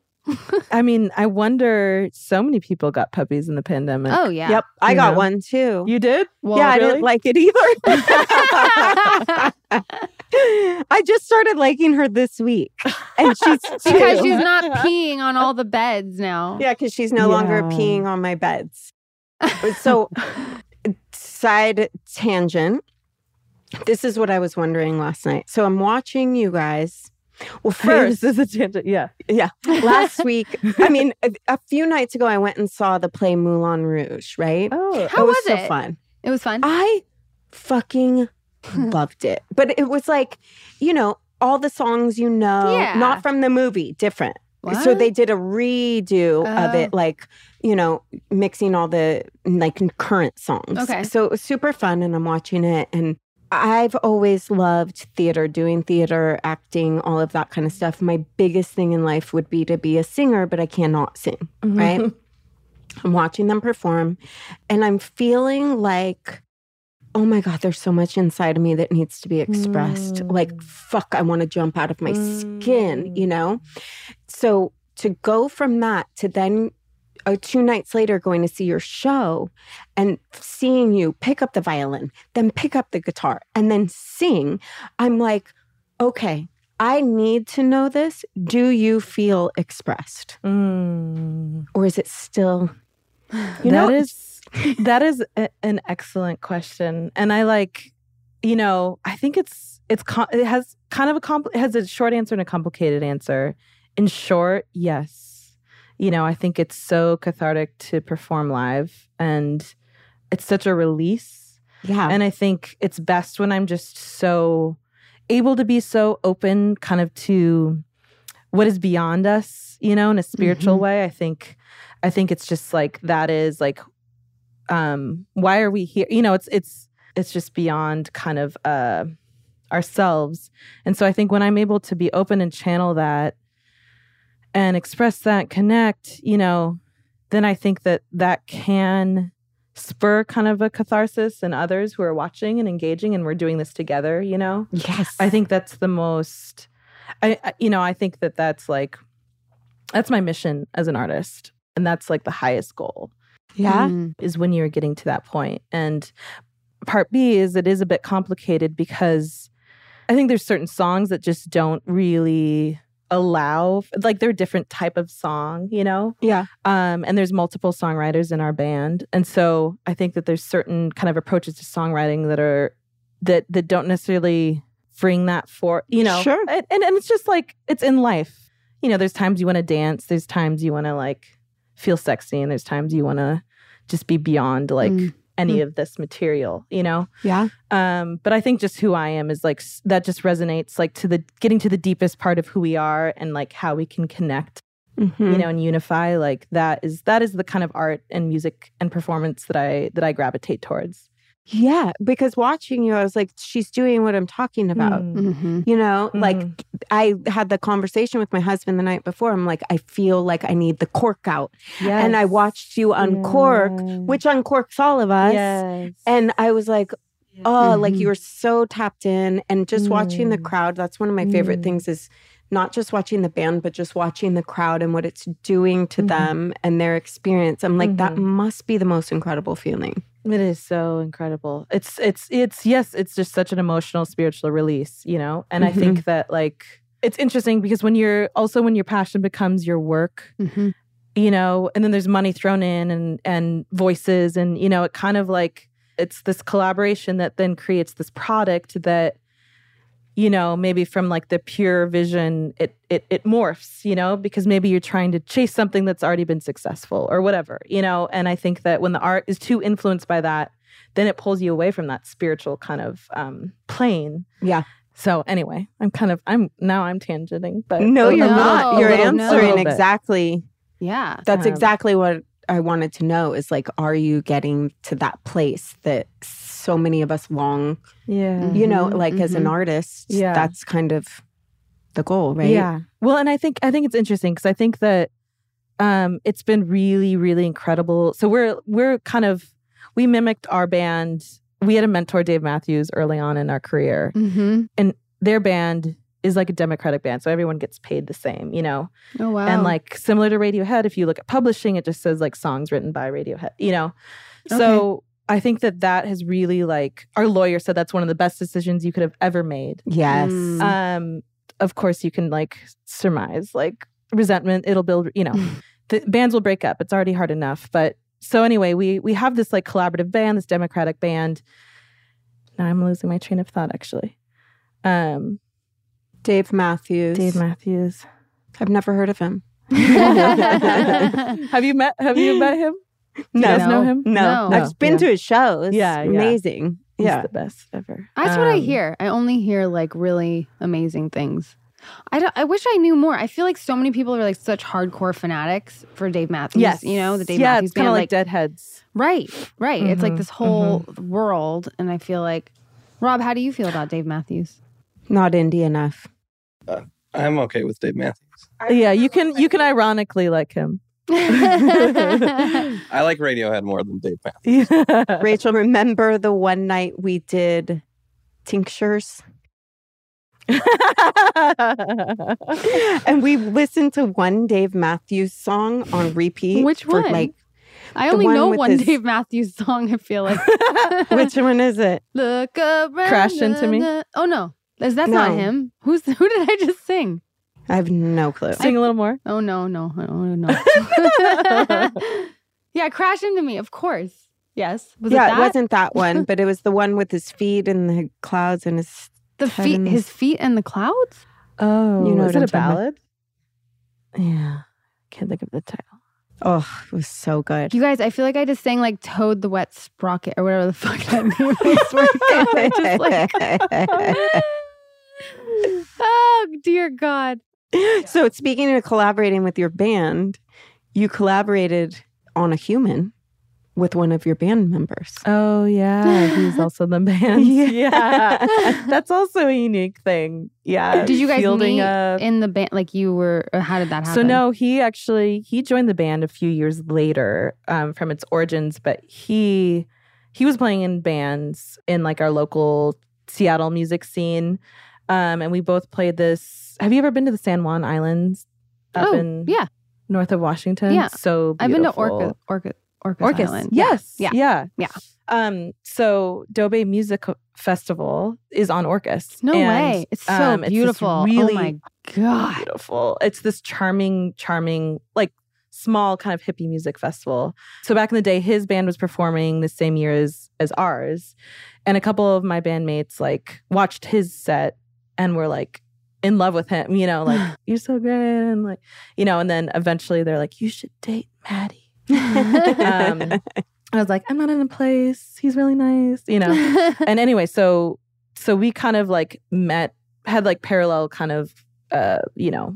I mean, I wonder. So many people got puppies in the pandemic.
Oh yeah.
Yep, I
You
got
know.
one too.
You did?
Well,
yeah, I
really?
didn't like it either. I just started liking her this week, and she's two.
because she's not peeing on all the beds now.
yeah, because she's no longer
Yeah.
peeing on my beds. So, side tangent. This is what I was wondering last night. So I'm watching you guys. Well, first,
First is a tangent. Yeah.
last week, I mean, a, a few nights ago, I went and saw the play Moulin Rouge. Right?
Oh.
How
it was,
was
so
it?
fun.
It was fun.
I fucking loved it. But it was like, you know, all the songs you know,
Yeah.
not from the movie, different. So
What?
they did a redo of
Oh.
it, like, you know, mixing all the like current songs.
Okay.
So it was super fun and I'm watching it and I've always loved theater, doing theater, acting, all of that kind of stuff. My biggest thing in life would be to be a singer, but I cannot sing. Right? I'm watching them perform and I'm feeling like, oh my God, there's so much inside of me that needs to be expressed.
Mm.
Like, fuck, I want to jump out of my skin, you know? So to go from that to then uh, two nights later going to see your show and seeing you pick up the violin, then pick up the guitar, and then sing, I'm like, okay. I need to know this. Do you feel expressed?
Mm.
Or is it still you know
That is that is a- an excellent question, and I like, you know, I think it's it's com- it has kind of a compl- it has a short answer and a complicated answer. In short, yes, you know, I think it's so cathartic to perform live, and it's such a release.
Yeah.
And I think it's best when I'm just so able to be so open, kind of to what is beyond us, you know, in a spiritual
Mhm.
way. I think, I think it's just like that is like, um, why are we here? You know, it's it's it's just beyond kind of uh, ourselves. And so I think when I'm able to be open and channel that, and express that, connect, you know, then I think that that can spur kind of a catharsis in others who are watching and engaging and we're doing this together, you know?
yes.
I think that's the most I I- you know, I think that that's like that's my mission as an artist and that's like the highest goal
yeah.
Mm.
is when you're getting to that point. And part B is it is a bit complicated because I think there's certain songs that just don't really allow like they're a different type of song, you know?
Yeah.
Um, and there's multiple songwriters in our band. And so I think that there's certain kind of approaches to songwriting that are that that don't necessarily bring that for you know
Sure.
and, and and it's just like it's in life. You know, there's times you want to dance, there's times you want to like feel sexy, and there's times you want to just be beyond like
Mm.
any of this material, you know?
Yeah.
Um, but I think just who I am is like s- that just resonates like to the getting to the deepest part of who we are and like how we can connect, you know, and unify. Like that is that is the kind of art and music and performance that I that I gravitate towards.
Yeah, because watching you, I was like, she's doing what I'm talking about.
Mm.
Mm-hmm.
You know, like
Mhm.
I had the conversation with my husband the night before. I'm like, I feel like I need the cork out. And I
Yes.
watched you uncork,
Yes.
which uncorks all of us.
Yes.
And I was like, oh, like
Mhm.
you were so tapped in. And just watching the
Mm-hmm. Mm.
crowd, that's one of my favorite
Mm.
things is not just watching the band, but just watching the crowd and what it's doing to
Mhm.
them and their experience. I'm like, that
Mhm.
must be the most incredible feeling.
It is so incredible. It's it's it's yes, it's just such an emotional spiritual release, you know? And I think that like it's interesting because when you're also when your passion becomes your work,
Mm-hmm.
you know, and then there's money thrown in and and voices and you know, it kind of like it's this collaboration that then creates this product that you know, maybe from like the pure vision it it it morphs, you know, because maybe you're trying to chase something that's already been successful or whatever, you know, and I think that when the art is too influenced by that, then it pulls you away from that spiritual kind of um plane.
Yeah.
So anyway, I'm kind of I'm now I'm tangenting, but
No,
a
you're
no,
little-
not.
a
You're
little- a
answering
little bit.
exactly.
Yeah.
That's
Um,
exactly what I wanted to know is like, are you getting to that place that so many of us long,
Yeah.
you know,
Mhm,
like as an
Mm-hmm.
mhm.
artist?
Yeah.
That's kind of the goal, right?
Yeah. Well, and I think I think it's interesting because I think that um it's been really really incredible. So we're we're kind of we mimicked our band. We had a mentor Dave Matthews early on in our career.
Mm-hmm.
Their band is like a democratic band, so everyone gets paid the same, you know.
Oh wow.
And like similar to Radiohead, if you look at publishing, it just says like songs written by Radiohead, you know. So I think that that has really like our lawyer said that's one of the best decisions you could have ever made
Yes.
Mm.
um of course you can like surmise like resentment it'll build you know the bands will break up it's already hard enough but so anyway we we have this like collaborative band this democratic band now i'm losing my train of thought actually um
Dave Matthews.
dave matthews
I've never heard of him.
have you met have you met him you
No.
guys know him
No.
No.
I've been
Yeah.
to his shows.
Yeah, yeah.
Amazing.
He's
Yeah.
the best ever
That's what I
Um,
hear. I only hear like really amazing things. I don't, I wish I knew more. I feel like so many people are like such hardcore fanatics for Dave Matthews.
yes
you know the Dave
yeah
Matthews
it's kind
band.
of like, deadheads
right, right. It's like
Mhm,
this whole world, and I feel like Rob, how do you feel about Dave Matthews?
Not indie enough.
I'm okay with Dave Matthews.
yeah you can you can ironically like him
I like Radiohead more than Dave Matthews.
yeah
Rachel, remember the one night we did tinctures? and we listened to one Dave Matthews song on repeat.
Which
for,
one?
Like,
I
The
only
one
know
with
one
his-
Dave Matthews song. I feel like
which one is it?
look around.
Crash Into Me?
na- Oh no, is that not
No.
him? Who's who did I just sing?
I have no clue.
sing a little more
Oh no, no, no, no. yeah, crash into me, of course. Yes. Was
yeah,
it that?
it wasn't that one, but it was the one with his feet in the clouds and his.
the
Head
feet
in the-
his feet and the clouds?
Oh,
You know
is
what I'm
it a
talking about.
ballad? Yeah, can't think of the title.
Oh, it was so good.
You guys, I feel like I just sang like Toad the Wet Sprocket or whatever the fuck that name is. Where I just like Oh dear God.
so speaking of collaborating with your band, you collaborated on a human with one of your band members.
Oh yeah, he's also in the band.
Yeah.
that's also a unique thing. Yeah.
Did you guys
fielding
meet
a-
in the band like you were or how did that
so
happen?
no, he actually he joined the band a few years later um, from its origins, but he he was playing in bands in like our local Seattle music scene, um, and we both played this. Have you ever been to the San Juan Islands? Up
Oh,
in
yeah.
north of Washington.
Yeah.
So
I've been to
beautiful.
Orca Orca Orcas,
Orcas.
Island.
Yes.
Yeah.
Yeah.
Yeah.
Um, so Dobe Music Festival is on Orcas.
No
and,
way. It's so
um, this
beautiful.
really
oh my God.
beautiful. It's this charming, charming, like small kind of hippie music festival. So back in the day, his band was performing the same year as as ours. And a couple of my bandmates like watched his set and were like in love with him, you know, like, you're so great. And like, you know, and then eventually they're like, you should date Maddie. um, I was like, I'm not in a place. He's really nice, you know. and anyway, so so we kind of like met, had like parallel kind of uh, you know,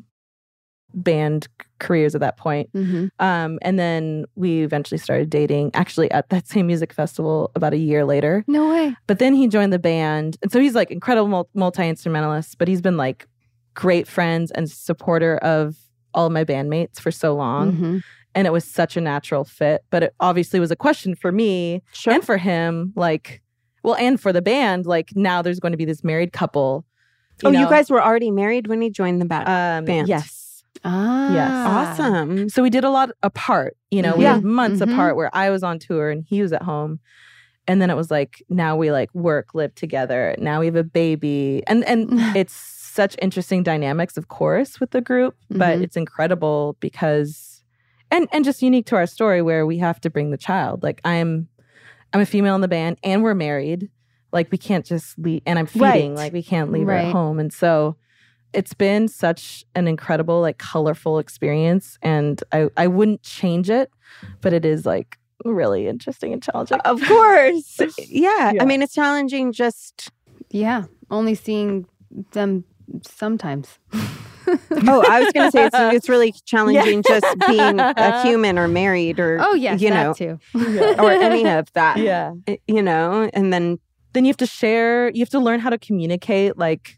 band c- careers at that point.
hmm
Um, and then we eventually started dating, actually at that same music festival about a year later.
No way.
But then he joined the band, and so he's like incredible multi instrumentalist. But he's been like great friends and supporter of all of my bandmates for so long,
Mhm.
and it was such a natural fit. But it obviously was a question for me
Sure.
and for him, like, well, and for the band, like now there's going to be this married couple.
oh, you
know?
guys were already married when he joined the
Uh,
band.
um,
band.
yes.
Ah,
awesome.
So we did a lot apart, you know,
Mm-hmm.
we
Yeah. Mm-hmm.
had months
Mhm.
apart where I was on tour and he was at home. And then it was like now we like work, live together. Now we have a baby. And and it's such interesting dynamics of course with the group, but
Mm-hmm.
Mhm.
it's incredible because and and just unique to our story where we have to bring the child. Like I'm I'm a female in the band and we're married. Like we can't just leave and I'm feeding,
Right.
like we can't leave her
Right.
at home. And so it's been such an incredible like colorful experience and i i wouldn't change it but it is like really interesting and challenging
Of course. yeah.
Yeah.
I mean, it's challenging just
Yeah, only seeing them sometimes.
Oh, I was going to say it's, it's really challenging just being a human or married or
Oh yes,
you
that
know,
too.
or any of that.
yeah
I- You know, and then
then you have to share you have to learn how to communicate like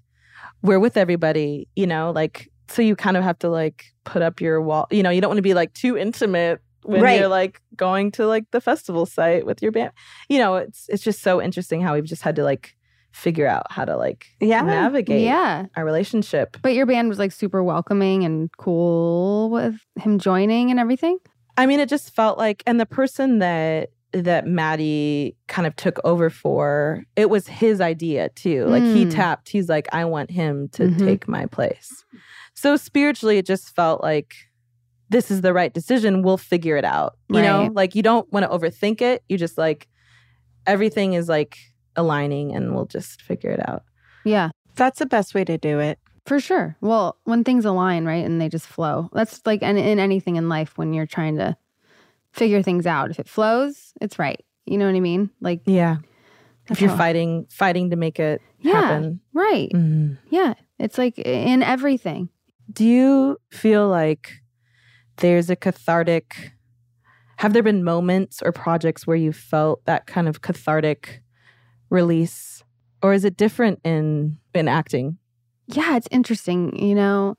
we're with everybody you know like so you kind of have to like put up your wall you know you don't want to be like too intimate when
Right.
you're like going to like the festival site with your band you know it's it's just so interesting how we've just had to like figure out how to like
Yeah.
navigate
Yeah,
our relationship
but your band was like super welcoming and cool with him joining and everything.
I mean, it just felt like, and the person that that Maddie kind of took over for, it was his idea too. Like he
Mm.
tapped, he's like, I want him to
Mhm.
take my place. So spiritually, it just felt like this is the right decision. We'll figure it out. You know,
Right.
like you don't want to overthink it. You just like everything is like aligning, and we'll just figure it out.
Yeah,
that's the best way to do it.
for sure. Well, when things align, right, and they just flow. That's like in, in anything in life when you're trying to figure things out. If it flows, it's right. You know what I mean? Like
Yeah.
that's
If you're
how-
fighting, fighting to make it
Yeah.
happen.
right?
Mm.
Mhm.
Yeah, it's like in everything.
Do you feel like there's a cathartic? Have there been moments or projects where you felt that kind of cathartic release, or is it different in in acting?
Yeah, it's interesting, you know.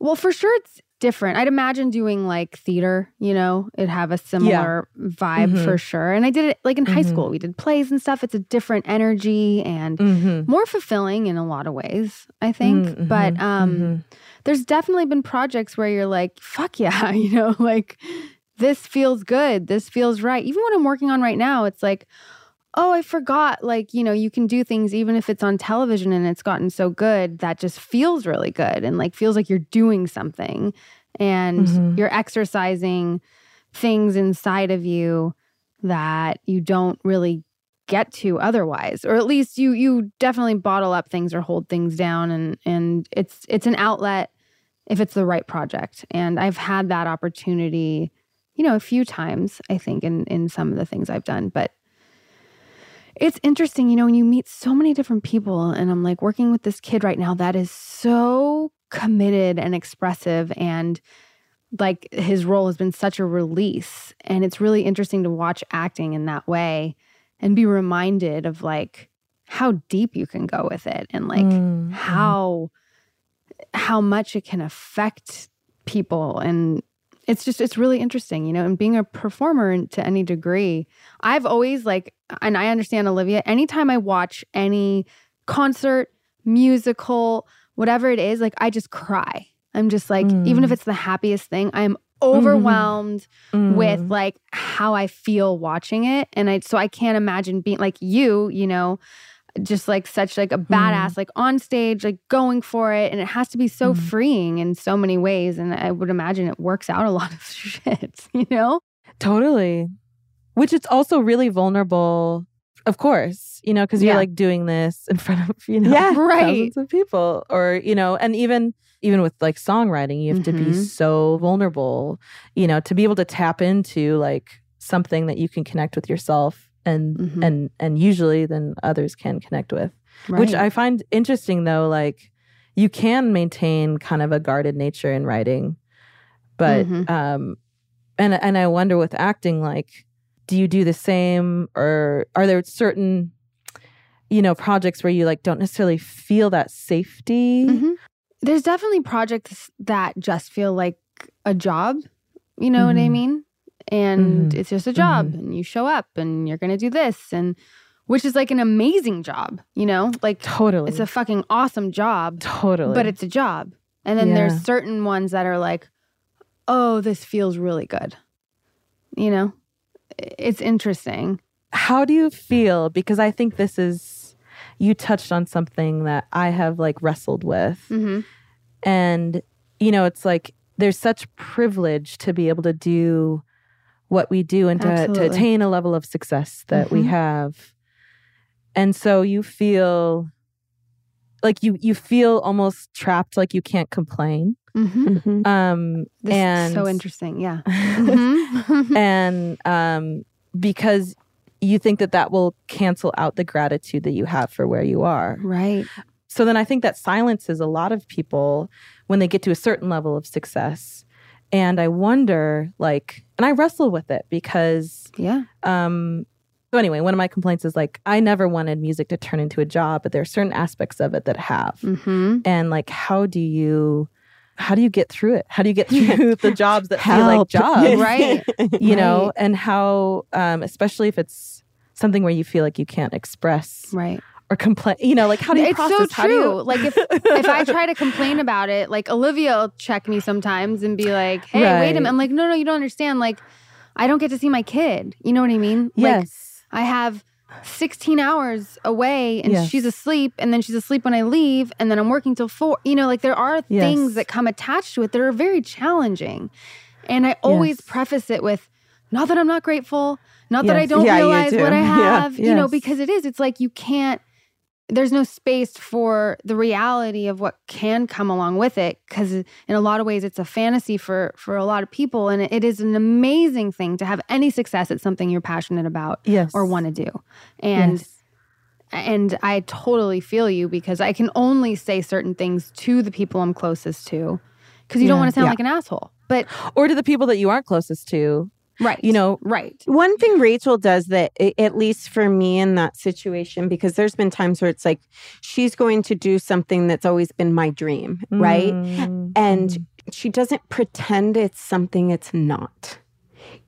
Well, for sure it's different. I'd imagine doing like theater, you know, it'd have a similar vibe
Mhm.
for sure. And I did it like in high
Mhm.
school. We did plays and stuff. It's a different energy and
Mm-hmm.
more fulfilling in a lot of ways, I think. But um there's definitely been projects where you're like, fuck yeah, you know, like this feels good. This feels right. Even what I'm working on right now, it's like, oh, I forgot. Like, you know, you can do things even if it's on television and it's gotten so good that just feels really good and like feels like you're doing something and
Mhm.
you're exercising things inside of you that you don't really get to otherwise or at least you you definitely bottle up things or hold things down and and it's it's an outlet if it's the right project and i've had that opportunity you know a few times i think in in some of the things i've done but it's interesting you know when you meet so many different people and i'm like working with this kid right now that is so committed and expressive and like his role has been such a release and it's really interesting to watch acting in that way and be reminded of like how deep you can go with it and
Mm.
like
Mm-hmm.
how how much it can affect people and it's just it's really interesting you know and being a performer in- to any degree i've always like and i understand olivia anytime i watch any concert musical whatever it is like i just cry i'm just like even if
Mm.
it's the happiest thing i'm overwhelmed
Mm-hmm. Mm.
with like how I feel watching it. And I so I can't imagine being like you, you know, just like such like a
Mm.
badass, like on stage, like going for it. And it has to be so
Mhm.
freeing in so many ways. And I would imagine it works out a lot of shit, you know?
Totally. Which it's also really vulnerable, of course, you know, because you're
Yeah.
like doing this in front of, you know,
Yeah.
Right.
thousands of people or you know and even even with like songwriting you have to be
Mhm.
so vulnerable you know to be able to tap into like something that you can connect with yourself and
Mhm.
and and usually then others can connect with which i find interesting though like you can maintain kind of a guarded nature in writing But
Mhm.
um, and and I wonder with acting, like, do you do the same, or are there certain, you know, projects where you like don't necessarily feel that safety?
Mhm. There's definitely projects that just feel like a job. You know what I
Mhm.
mean? And it's just a job,
Mhm.
and you show up, and you're gonna do this, and which is like an amazing job. You know, like
Totally,
it's a fucking awesome job,
totally,
but it's a job. And then
Yeah.
there's certain ones that are like, oh, this feels really good. You know, it's interesting.
how do you feel because i think this is you touched on something that i have like wrestled with
Mm-hmm.
and you know it's like there's such privilege to be able to do what we do and to, to
Absolutely.
attain a level of success that we
Mhm.
have and so you feel like you you feel almost trapped like you can't complain
Mm-hmm.
Mhm.
um
This
and Mm-hmm.
is so interesting. Yeah.
interesting
Mhm.
and um, because you think that that will cancel out the gratitude that you have for where you are.
right.
So then I think that silences a lot of people when they get to a certain level of success. And I wonder, like, and I wrestle with it because
Yeah.
um, so anyway, one of my complaints is like, I never wanted music to turn into a job, but there are certain aspects of it that have.
Mm-hmm.
And like, how do you, how do you get through it? How do you get through the jobs that feel like
Help.
jobs?
Right.
you know, and how, um, especially if it's something where you feel like you can't express
Right.
or complain, you know, like how do you
it's
process?
so
How do
true.
you-
Like if if I try to complain about it, like Olivia will check me sometimes and be like, "Hey, wait a
Right.
minute." I'm like, "No, no, you don't understand. Like, I don't get to see my kid. You know what I mean? Like,
yes,
I have 16 hours away and
Yes.
she's asleep and then she's asleep when I leave and then I'm working till 4. You know, like there are
Yes.
things that come attached to it that are very challenging. And I always
Yes.
preface it with not that I'm not grateful, not that I
Yes.
don't
Yeah, you
realize
do.
what I
Yeah.
have, you know,
Yes.
because it is it's like you can't there's no space for the reality of what can come along with it because in a lot of ways it's a fantasy for for a lot of people and it is an amazing thing to have any success at something you're passionate about
yes,
or want to do. And
Yes.
and I totally feel you because I can only say certain things to the people I'm closest to because you don't
Yeah.
want to sound
Yeah.
like an asshole. But
or to the people that you aren't closest to,
right,
you know,
right,
One thing Rachel does that, a- at least for me in that situation, because there's been times where it's like she's going to do something that's always been my dream, right?
Mm,
And she doesn't pretend it's something it's not,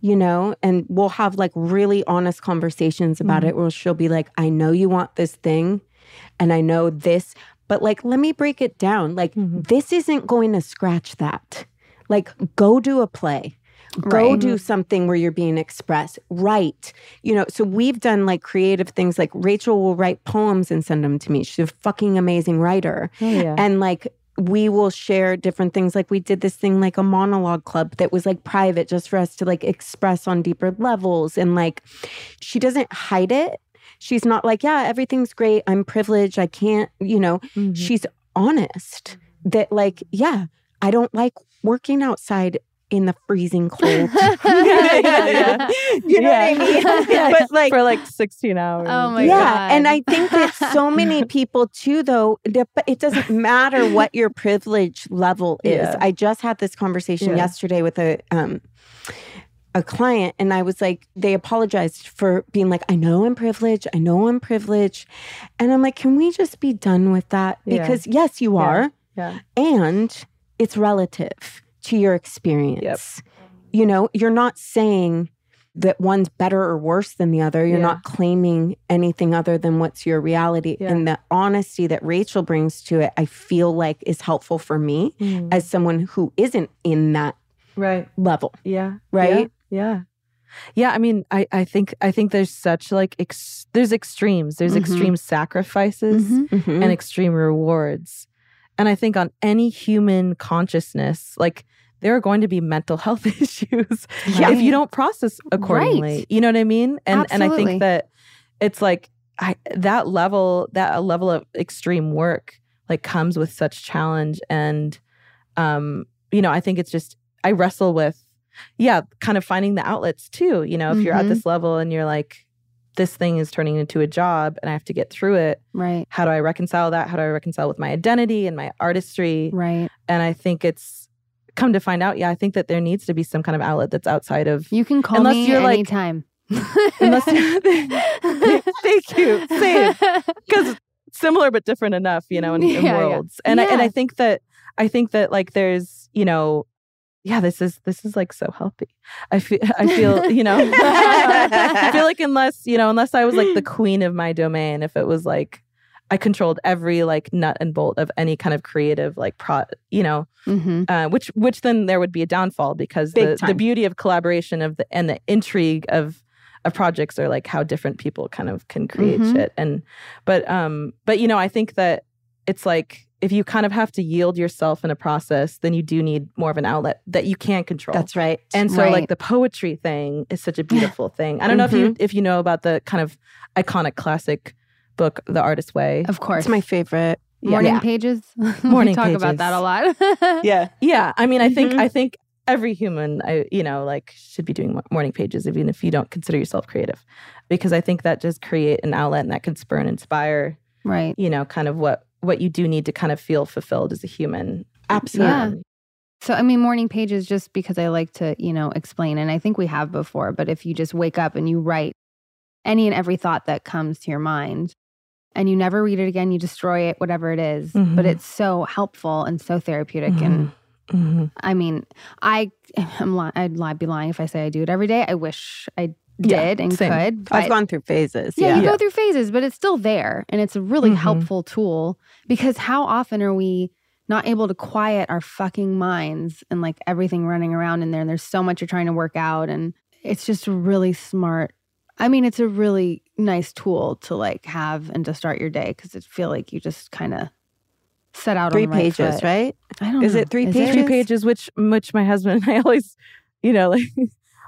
you know? And we'll have like really honest conversations about it where she'll be like, I know you want this thing and I know this, but like, let me break it down. Like,
Mhm.
this isn't going to scratch that. Like, go do a play. Go
Right.
do something where you're being expressed. Write. You know, so we've done like creative things. Like Rachel will write poems and send them to me. She's a fucking amazing writer
oh, yeah.
and like we will share different things like we did this thing like a monologue club that was like private just for us to like express on deeper levels and like she doesn't hide it she's not like yeah everything's great i'm privileged i can't you know
Mhm.
she's honest that like yeah i don't like working outside in the freezing cold
Yeah.
you know what
Yeah.
i mean but like
for like 16 hours.
Oh my
yeah,
God.
and I think that so many people too, though. the- But it doesn't matter what your privilege level is.
Yeah.
I just had this conversation
Yeah.
yesterday with a um, a client, and I was like, they apologized for being like, I know I'm privileged, I know I'm privileged, and I'm like, can we just be done with that?
Yeah.
Because yes, you
Yeah.
are,
Yeah.
and it's relative to your experience. You know, you're not saying that one's better or worse than the other. You're
Yeah.
not claiming anything other than what's your reality.
Yeah.
And the honesty that Rachel brings to it, I feel like is helpful for me
Mm.
as someone who isn't in that
right.
level,
Yeah.
right?
Yeah. Yeah, I mean, I, I think I think there's such like ex- there's extremes, there's
Mhm.
Mm-hmm.
extreme sacrifices,
Mhm.
Mhm.
and extreme rewards. And I think on any human consciousness, like there are going to be mental health issues
Yeah.
if you don't process accordingly.
Right.
You know what I mean? And and I
Absolutely.
think that it's like I, that level that level of extreme work like comes with such challenge and um you know, I think it's just I wrestle with yeah, kind of finding the outlets too, you know, if you're at
Mhm.
this level and you're like this thing is turning into a job and I have to get through it
right,
how do I reconcile that? How do I reconcile with my identity and my artistry?
right,
And I think it's come to find out, yeah, I think that there needs to be some kind of outlet that's outside of.
You can call
Unless
me
you're, like-
anytime.
Unless you're- Thank you. Same. because similar but different enough, you know, in, in
Yeah, yeah.
worlds. And I, and
Yeah.
I think that I think that like there's you know, yeah, this is this is like so healthy. I feel I feel you know, I feel like unless you know unless I was like the queen of my domain, if it was like. I controlled every like nut and bolt of any kind of creative like pro, you know,
hmm
uh, which which then there would be a downfall because
Big
the, the
time.
beauty of collaboration of the and the intrigue of of projects are like how different people kind of can create
Mm-hmm.
Mhm.
shit and but um but you know I think that it's like if you kind of have to yield yourself in a process then you do need more of an outlet that you can control
That's right. Mm-hmm.
and so
Right.
like the poetry thing is such a beautiful thing I don't know if you if you know about the kind of iconic classic book The Artist's Way
Of course.
It's my favorite.
Morning
yeah.
pages. we
Morning
talk about
pages.
that a lot.
Yeah.
Yeah, I mean, I think
Mhm.
I think every human, I you know, like should be doing mo- morning pages, even if you don't consider yourself creative, because I think that does create an outlet and that can spur and inspire,
right.
you know, kind of what what you do need to kind of feel fulfilled as a human.
Absolutely.
Yeah. So, I mean, morning pages, just because I like to, you know, explain, and I think we have before, but if you just wake up and you write any and every thought that comes to your mind and you never read it again, you destroy it, whatever it is, but
Mhm.
it's so helpful and so therapeutic.
Um,
And
Mhm.
I mean, I, I'm li- I'd lie, be lying if I say I do it every day. I wish I did
Yeah,
and
same.
could.
I've
but-
gone through phases.
yeah,
Yeah. Mm-hmm.
you
Yeah.
go through phases, but it's still there. And it's a really
Mhm.
helpful tool because how often are we not able to quiet our fucking minds and like everything running around in there? And there's so much you're trying to work out. And it's just really smart. I mean, it's a really nice tool to like have and to start your day because it feel like you just kind of set out
Three
on the right
pages,
foot.
right?
I don't
Is
know.
it three
Is
Three
pages?
pages, which which my husband and I always, you know, like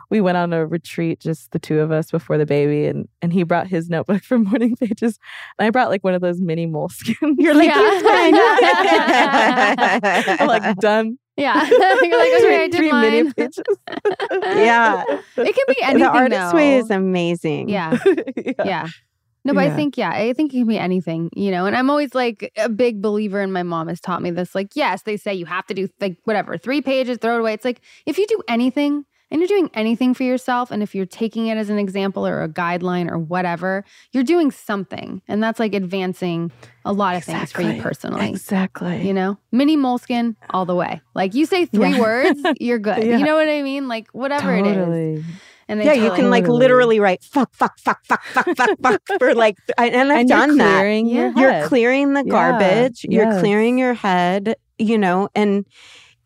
we went on a retreat, just the two of us before the baby, and and he brought his notebook from morning pages, and I brought like one of those mini moleskin. You're
like, "Here's what I
I'm like done.
Yeah. You're like, okay, I did
three
mine.
mini pages.
yeah.
It can be anything.
the artist
though.
way is amazing.
Yeah.
yeah.
yeah. No, but I
Yeah.
think, yeah, I think it can be anything, you know. And I'm always like a big believer, and my mom has taught me this. Like, yes, they say you have to do like whatever, three pages, throw it away. It's like if you do anything and you're doing anything for yourself, and if you're taking it as an example or a guideline or whatever, you're doing something. And that's like advancing a lot of things for you
Exactly.
personally.
Exactly.
You know, mini moleskin all the way. Like you say three
Yeah.
words, you're good.
Yeah.
You know what I mean? Like whatever it is.
totally.
And they
Yeah, you
totally-
can like
Totally.
literally write fuck, fuck, fuck, fuck, fuck, fuck, fuck for like, I- and I've
and
done
you're
that.
clearing your
Yeah.
Mm-hmm. head.
You're clearing the
Yeah.
garbage, you're
Yes.
clearing your head, you know, and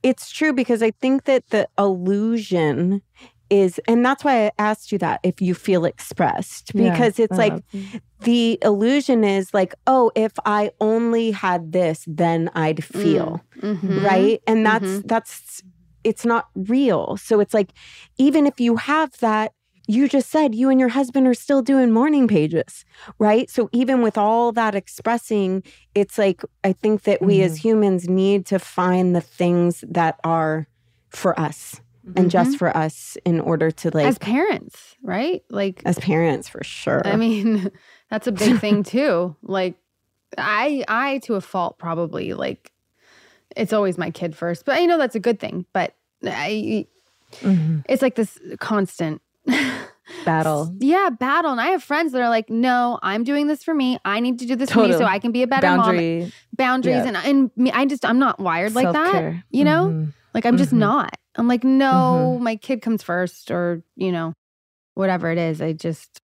it's true because I think that the illusion is, and that's why I asked you that if you feel expressed,
Yeah, Uh-huh.
because it's
I
like
love it.
the illusion is like, oh, if I only had this, then I'd
Mm.
feel
Mhm.
right and that's that's it's not real so it's like even if you have that you just said you and your husband are still doing morning pages right so even with all that expressing it's like i think that we
Mm-hmm.
as humans need to find the things that are for us and just for us in order to like
Mm-hmm. as
as,
parents, right? Like,
parents for sure
I mean, that's a big thing too. Like, I, I to a fault probably. Like, it's always my kid first, but I know that's a good thing. But I,
Mhm.
it's like this constant
battle.
yeah, battle. And I have friends that are like, no, I'm doing this for me. I need to do this for me
Total.
so I can be a better mom.
Boundary.
Boundaries
Yeah.
and and me, I just I'm not wired like that.
self-care.
you know?
Mhm.
Like I'm just
Mhm.
not. I'm like, no, my kid comes first, or you know, whatever it is. I just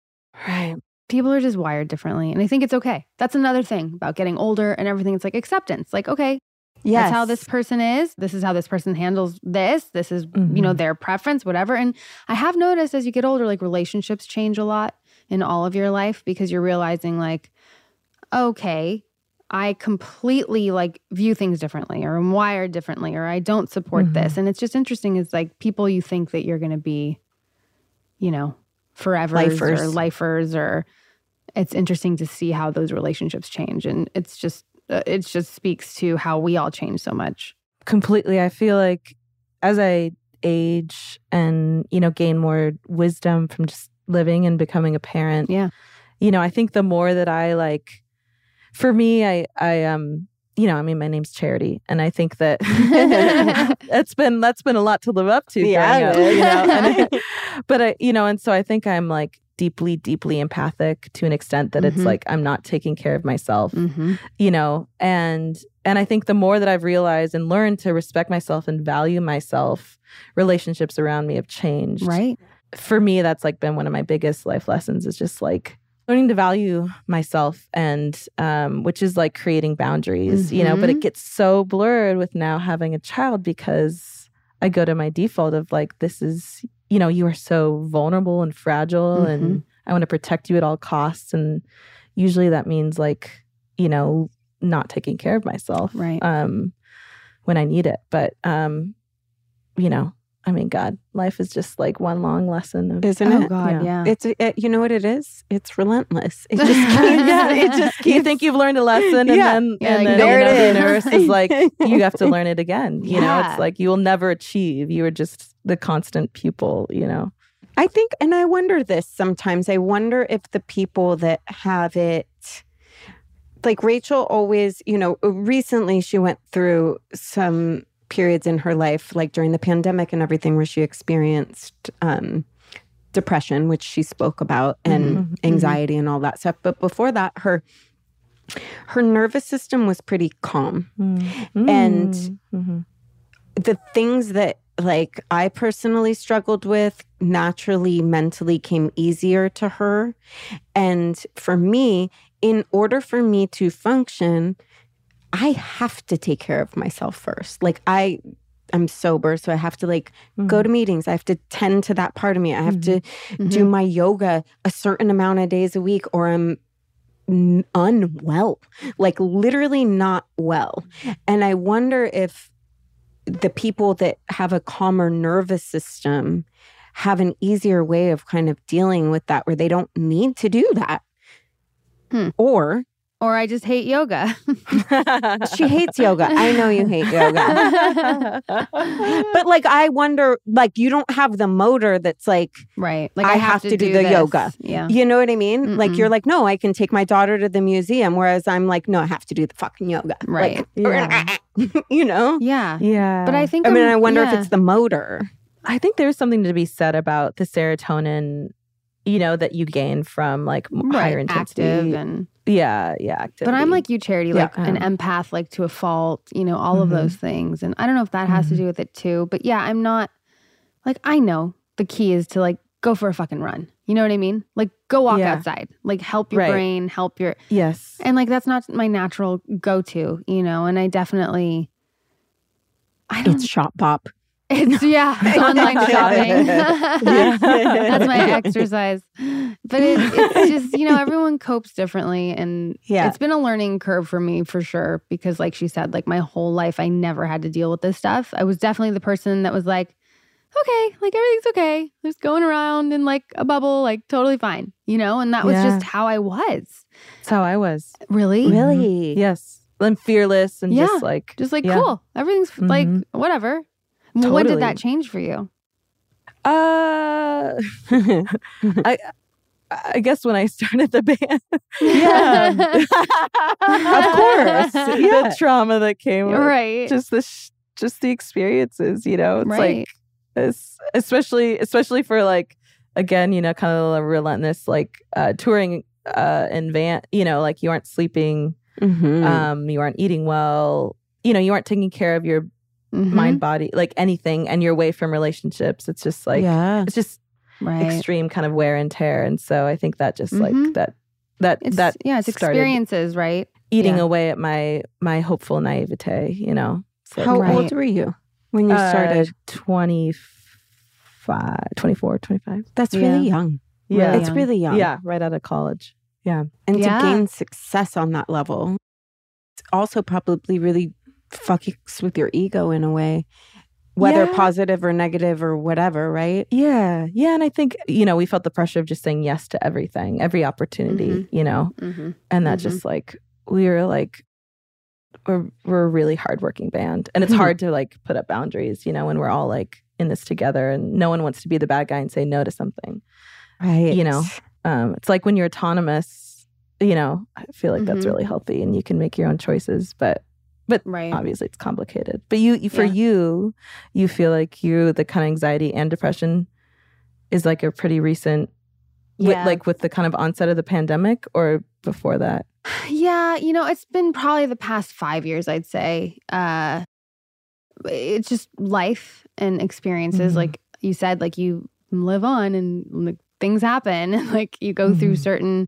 Right.
people are just wired differently. And I think it's okay. That's another thing about getting older and everything. It's like acceptance. Like, okay,
yes
that's how this person is. This is how this person handles this. This is, you know,
Mhm.
their preference, whatever. And I have noticed as you get older, like relationships change a lot in all of your life because you're realizing, like, okay, I completely like view things differently or I'm wired differently or I don't support this. And it's just interesting is like people you think that you're going to be, you know, forever or
Lifers.
lifers or it's interesting to see how those relationships change and it's just uh, it just speaks to how we all change so much.
completely i feel like as i age and you know gain more wisdom from just living and becoming a parent
Yeah.
you know i think the more that i like for me i i um you know, I mean, my name's Charity, and I think that that's been that's been a lot to live up to. growing up,
it is.
you know? And I- but I, you know, and so I think I'm like deeply, deeply empathic to an extent that
Mhm.
it's like I'm not taking care of myself,
Mm-hmm.
you know, and and I think the more that I've realized and learned to respect myself and value myself, relationships around me have changed.
Right?
For me, that's like been one of my biggest life lessons is just like learning to value myself and um which is like creating boundaries, you know, but it gets so blurred with now having a child because I go to my default of like this is, you know, you are so vulnerable and fragile and I want to protect you at all costs and usually that means like, you know, not taking care of myself
Right.
um, when I need it. But um, you know, I mean, God, life is just like one long lesson of
Isn't
oh
it?
God,
Yeah.
yeah.
It's it, you know what it is. It's relentless. It just keeps,
Yeah,
it just keeps.
you think you've learned a lesson, and
Yeah.
then
Yeah,
and
like,
then you
there
know,
it
the
is.
nurse is like, you have to learn it again. You know,
Yeah.
it's like you will never achieve. You are just the constant pupil. You know,
I think, and I wonder this sometimes. I wonder if the people that have it, like Rachel always, you know, uh, recently she went through some periods in her life, like during the pandemic and everything, where she experienced um, depression, which she spoke about, and
Mhm.
anxiety and all that stuff. But before that, her her nervous system was pretty calm.
Hmm.
And-
Mhm.
the things that like I personally struggled with naturally mentally came easier to her. And for me, in order for me to function, I have to take care of myself first. Like I I'm sober, so I have to like
Mm.
go to meetings. I have to tend to that part of me. I have to
Mm-hmm.
do my yoga a certain amount of days a week or I'm n- unwell, like literally not well. And I wonder if the people that have a calmer nervous system have an easier way of kind of dealing with that where they don't need to do that.
Hmm.
Or
Or I just hate yoga.
she hates yoga. I know you hate yoga. But like I wonder like you don't have the motor that's like
right. Like
I have to do the
this.
yoga.
Yeah.
You know what I mean? Like
Mm-mm.
you're like, no, I can take my daughter to the museum, whereas I'm like, no, I have to do the fucking yoga.
Right.
Yeah.
Like, you know?
Yeah.
yeah,
But I think
I mean,
I'm-
I wonder if
yeah.
it's the motor.
I think there's something to be said about the serotonin, you know, that you gain from like m-
right,
higher intensity.
active and
yeah, yeah, active.
But I'm like you, Charity,
Yeah.
like an empath, like to a fault, you know, all of
Mhm.
those things. And I don't know if that has to do with it too. But yeah, I'm not like, I know the key is to like go for a fucking run. You know what I mean? Like go walk
Yeah.
outside, like help your
Right.
brain, help your,
yes,
and like that's not my natural go to, you know? And I definitely, I don't,
It's shop pop.
it's, yeah, it's online shopping. that's my exercise. But it, it's just, you know, everyone copes differently. And
Yeah.
it's been a learning curve for me for sure. Because, like she said, like my whole life, I never had to deal with this stuff. I was definitely the person that was like, okay, like everything's okay. Just going around in like a bubble, like totally fine, you know? And that was
Yeah.
just how I was.
that's how I was.
Really?
Really?
Yes, I'm fearless and
Yeah.
just like
Just like,
Yeah.
cool. Everything's f like,
Mhm.
whatever. When did
Totally.
that change for you?
uh,
Mm-hmm.
I I guess when I started the band,
Of course.
the trauma that came with
right.
just the sh- just the experiences, you know, it's
Right.
like this, especially especially for like again, you know, kind of a relentless like uh, touring uh, in van, you know, like you aren't sleeping,
Mm.
Mhm.
um, you aren't eating well, you know, you aren't taking care of your
Mhm.
mind, body, like anything, and you're away from relationships. It's just like
yeah.
it's just
Mm-hmm. Right.
extreme kind of wear and tear, and so I think that just
Mhm.
like that that
It's,
that
yeah, it's
started-
experiences, right?
eating
Yeah.
away at my my hopeful naivete, you know. It's like-
How
Right.
old were you when you
Uh,
started?
25, 24, 25.
That's
yeah.
really young.
Yeah.
It's really young.
Yeah, right out of college.
And
Yeah.
to gain success on that level, it's also probably really fucks with your ego in a way, whether
Yeah.
positive or negative or whatever, right?
Yeah. Yeah. And I think, you know, we felt the pressure of just saying yes to everything, every opportunity, you know,
Mm-hmm.
and that
Mhm.
just like, we were like, we're, we're a really hardworking band. And it's
Mhm.
hard to like put up boundaries, you know, when we're all like in this together and no one wants to be the bad guy and say no to something.
Right.
You know. Um, it's like when you're autonomous, you know, I feel like that's
Mhm.
really healthy and you can make your own choices. But
Right.
obviously it's complicated but you, you for
Yeah.
you you feel like you the kind of anxiety and depression is like a pretty recent with,
Yeah.
like with the kind of onset of the pandemic or before that
Yeah, you know, it's been probably the past five years, I'd say. Uh, it's just life and experiences,
Mhm.
like you said, like you live on and like, things happen, and like you go through
Mhm.
certain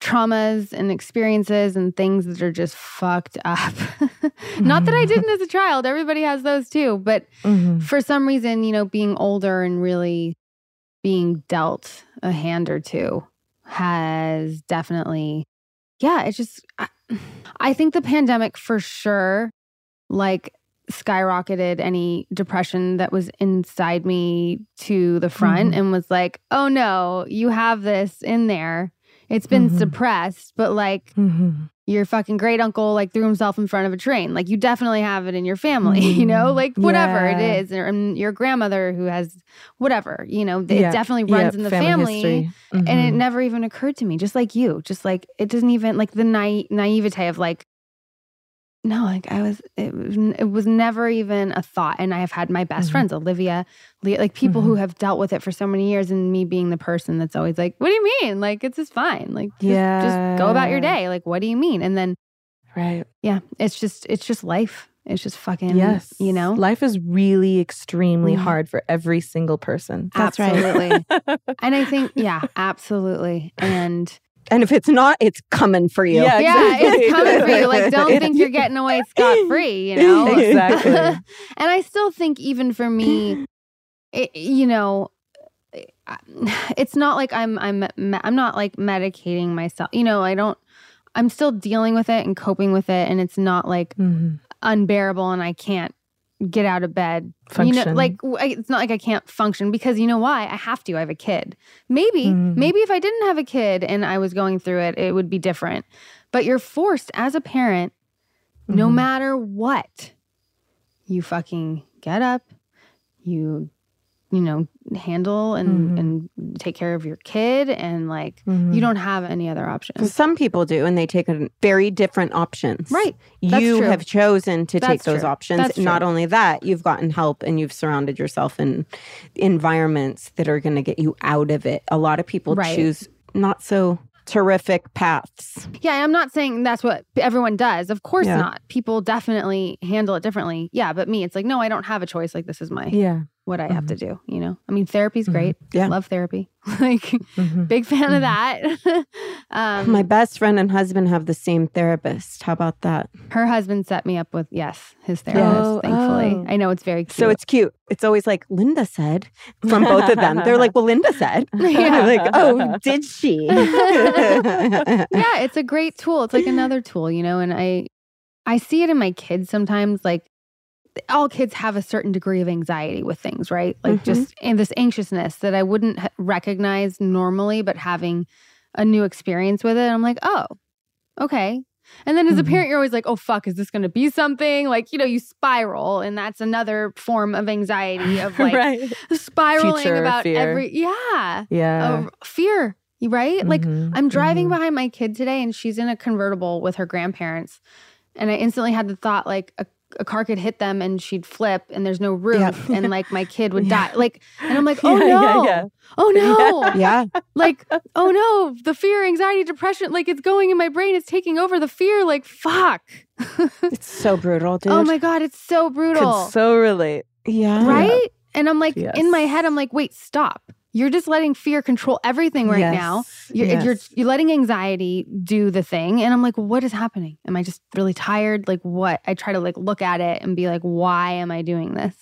traumas and experiences and things that are just fucked up. Not that I
Mhm.
didn't as a child, everybody has those too, but
Mm-hmm. Mm.
for some reason, you know, being older and really being dealt a hand or two has definitely, yeah, it's just, I, I think the pandemic for sure, like, skyrocketed any depression that was inside me to the front
Mhm.
and was like, oh no, you have this in there. It's been
Mhm.
suppressed, but like,
Mm-hmm.
your fucking great uncle like threw himself in front of a train. Like you definitely have it in your family, you know,
Mm,
like whatever
yeah.
it is, or, and your grandmother who has whatever, you know, it
Yeah, Mm-hmm.
definitely runs in the family. And it never even occurred to me, just like you, just like it doesn't even like the na- naivete of like, no, like I was, it, was- it was never even a thought. And I have had my best
Mhm.
friends, Olivia, Le- like people who have dealt with it for so many years, and me being the person that's always like, what do you mean? Like it's just fine. Like just, just go about your
Yeah.
day. Like what do you mean? And then
right
yeah, it's just it's just life. It's just fucking
yes
you know.
life is really extremely
Mhm.
hard for every single person
That's right.
absolutely. and I think yeah, absolutely. And
And if it's not, it's coming for you.
Yeah.
yeah,
Exactly.
it's coming for you. Like don't think you're getting away scot free, you know?
Exactly.
and I still think even for me it, you know I- it's not like I'm I'm me- I'm not like medicating myself. You know, I don't I'm still dealing with it and coping with it and it's not like
Mhm.
unbearable and I can't get out of bed. You know,
Function.
like w- I- it's not like I can't function because you know why? I have to. I have a kid. Maybe,
Mm.
maybe if I didn't have a kid and I was going through it, it would be different. But you're forced as a parent, no
Mhm.
matter what, you fucking get up, you you know, handle and
Mhm.
and take care of your kid and like
Mhm.
you don't have any other
Because
options.
Some people do, and they take a very different options.
Right. That's
You
true.
have chosen to take
That's
those
true.
options.
That's
Not
true.
only that, you've gotten help and you've surrounded yourself in environments that are going to get you out of it. A lot of people
Right.
choose not so terrific paths.
Yeah, I'm not saying that's what everyone does. Of course
Yeah.
not. People definitely handle it differently. Yeah, but me, it's like, no, I don't have a choice. Like this is my
yeah
what I have to do. You know, I mean, therapy's great.
Mm-hmm. Yeah.
love therapy. like,
Mhm.
big fan of that. um,
Mm-hmm. My best friend and husband have the same therapist. How about that?
her husband set me up with yes, his therapist.
Oh,
thankfully,
oh.
I know it's very cute.
So it's cute. It's always like Linda said from both of them. They're like, well, Linda said.
Yeah.
like, oh, did she?
yeah, it's a great tool. It's like another tool, you know, and I I see it in my kids sometimes like all kids have a certain degree of anxiety with things, right? Like
Mm-hmm.
Mhm.
just and this anxiousness that I wouldn't h- recognize normally, but having a new experience with it, I'm like, "Oh, okay." And then as a
Mhm.
parent, you're always like, "Oh fuck, is this going to be something?" Like, you know, you spiral and that's another form of anxiety of like oh,
right
spiraling
Future
about
fear.
every yeah,
yeah
of fear, right? Like
Mhm.
I'm driving
Mhm.
behind my kid today and she's in a convertible with her grandparents. And I instantly had the thought like a, a car could hit them and she'd flip and there's no roof
Yeah.
and like my kid would
Yeah.
die. Like, and I'm like, oh
Yeah, yeah,
no.
yeah.
Oh no.
yeah.
Like, oh no. The fear, anxiety, depression, like it's going in my brain. It's taking over the fear. Like, fuck.
It's so brutal, dude.
Oh my God. It's so brutal.
could so relate
Yeah.
right? And I'm like,
Yes.
in my head, I'm like, wait, stop. You're just letting fear control everything right
Yes.
now. You're, you're
Yes.
you're letting anxiety do the thing, and I'm like, what is happening? Am I just really tired? Like, what? I try to like look at it and be like, why am I doing this?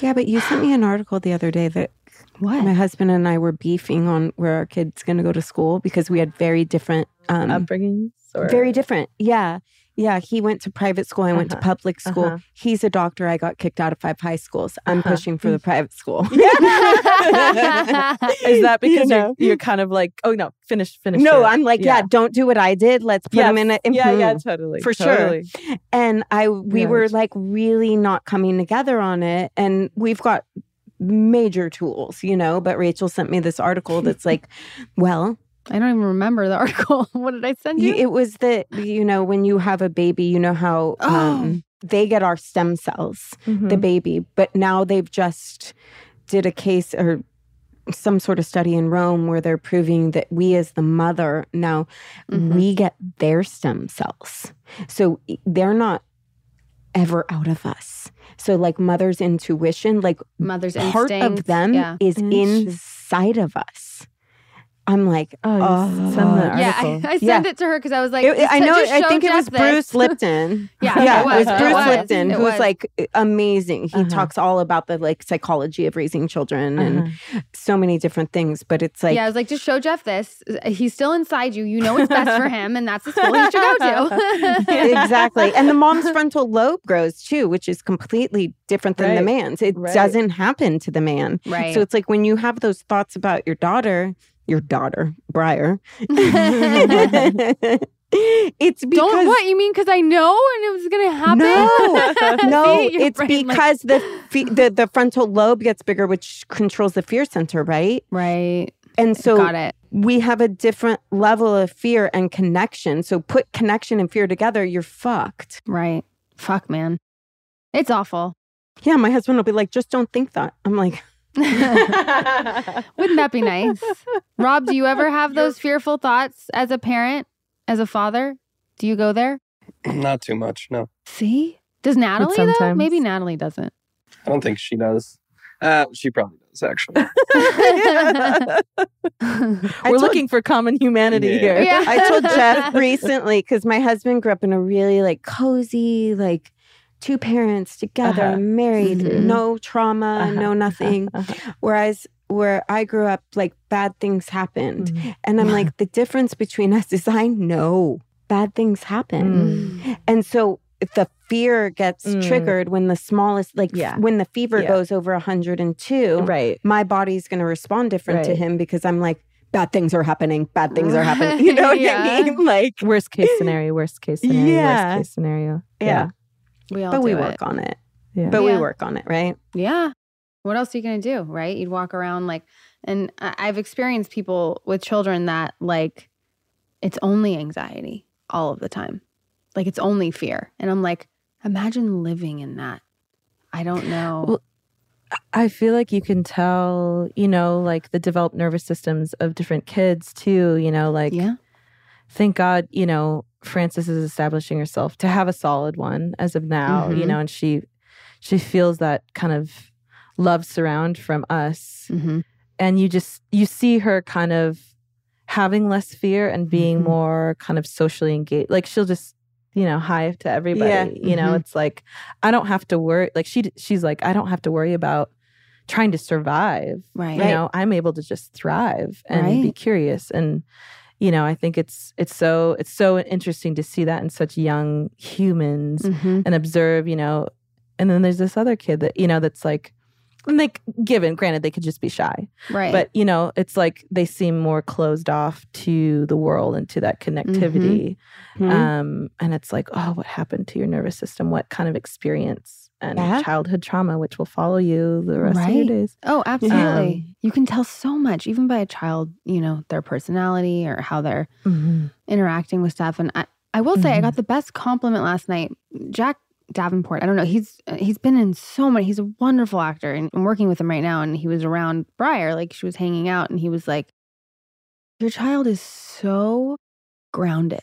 Yeah, but you sent me an article the other day that my
What?
husband and I were beefing on where our kid's going to go to school because we had very different, um,
upbringings or
very different. Yeah. Yeah. He went to private school. I went to
Uh-huh.
public school.
Uh-huh.
He's a doctor. I got kicked out of five high schools. I'm
Uh-huh.
pushing for the private school.
Is that
You
because you
know?
are you're kind of like, oh no, finish, finish.
No,
it.
I'm like, yeah.
Yeah.
don't do what I did. Let's put him in a.
yeah, yeah,
Mhm.
totally,
For sure.
totally.
And I, we
Yeah.
were like really not coming together on it. And we've got major tools, you know. But Rachel sent me this article that's like, well,
I don't even remember the article. what did I send
You,
you?
it was the you know when you have a baby, you know how
Oh.
um, they get our stem cells,
Mm-hmm.
the
Mm-hmm.
baby, but now they've just did a case or some sort of study in Rome where they're proving that we as the mother now
Mhm.
we get their stem cells. So i- they're not ever out of us. So like mother's intuition, like
Mother's
part
instinct.
of them
Yeah.
is
Interesting.
inside of us. I'm like,
Oh, you
oh,
send the
Yeah, I,
article.
I sent
Yeah.
it to her because I was like,
It-
just
I
to-
know.
just
I
show
think it
Jeff
was
this.
Bruce Lipton.
yeah,
yeah,
it was,
Bruce
was,
Lipton,
it
who's
was.
like amazing. He
Uh-huh.
talks all about the like psychology of raising children
Uh-huh.
and so many different things. But it's like,
yeah, I was like, just show Jeff this. He's still inside you. You know what's best for him, and that's the school he should go to.
exactly. And the mom's frontal lobe grows too, which is completely different than the
Right.
man's. It
Right.
doesn't happen to the man.
right.
So it's like when you have those thoughts about your daughter, your daughter, Briar. it's because
Don't what you mean? Because I know, and it was gonna happen.
No, no,
See, your
it's
brain, like-
because the, fe- the the frontal lobe gets bigger, which controls the fear center, right?
right.
And so
Got it.
we have a different level of fear and connection. So put connection and fear together, you're fucked.
Right. Fuck, man. It's awful.
Yeah, my husband will be like, just don't think that. I'm like,
Wouldn't that be nice? Rob, do you ever have those fearful thoughts as a parent, as a father? Do you go there?
Not too much. No,
See? Does Natalie though?
sometimes.
Maybe Natalie doesn't.
I don't think she does. Uh, she probably does actually.
I
We're
told-
looking for common humanity
Yeah.
here.
Yeah.
I told Jeff recently because my husband grew up in a really like cozy, like two parents together,
Uh-huh.
married,
Mhm.
no trauma,
Uh-huh,
no nothing.
Uh-huh.
Whereas where I grew up, like bad things happened. And I'm like, the difference between us is I know bad things
Mm.
happen. And so if the fear gets
Mm.
triggered when the smallest, like f-
Yeah.
when the fever
Yeah.
goes over 102,
Right.
my body's going to respond different to
Right.
him because I'm like, bad things are happening, bad things are happening. You know what
Yeah.
I mean? Like,
Worst case scenario, worst case scenario,
Yeah.
worst case scenario.
yeah.
we all
But we
do
work
it.
on it.
Yeah.
But
Yeah.
we work on it, right?
Yeah. What else are you going to do? Right. You'd walk around like, and I- I've experienced people with children that like, it's only anxiety all of the time. Like, it's only fear. And I'm like, imagine living in that. I don't know.
Well, I feel like you can tell, you know, like the developed nervous systems of different kids too, you know, like
yeah.
thank God, you know, Frances is establishing herself to have a solid one as of now,
Mhm.
Mm-hmm.
you know, and she she feels that kind of love surround from us.
Mm-hmm.
And you just you see her kind of having less fear and being
Mhm.
more kind of socially engaged. Like she'll just you know, hive to everybody.
Yeah.
You know,
Mhm.
it's like I don't have to worry. Like she, d- she's like I don't have to worry about trying to survive
Right.
you know i'm able to just thrive and be
Right.
curious and you know i think it's it's so it's so interesting to see that in such young humans
Mm-hmm.
and observe you know and then there's this other kid that you know that's like and like given granted they could just be shy
Right.
but you know it's like they seem more closed off to the world and to that
Mm-hmm.
connectivity um and it's like oh what happened to your nervous system what kind of experience and
Yeah.
childhood trauma which will follow you the rest of your
Right.
days
oh, absolutely.
Um,
you can tell so much, even by a child, you know, their personality or how they're interacting with stuff. And I, I will say, I
Mhm.
got the best compliment last night. Jack Davenport. I don't know. He's uh, he's been in so many. He's a wonderful actor, and I'm working with him right now. And he was around Briar, like she was hanging out, and he was like, "Your child is so grounded.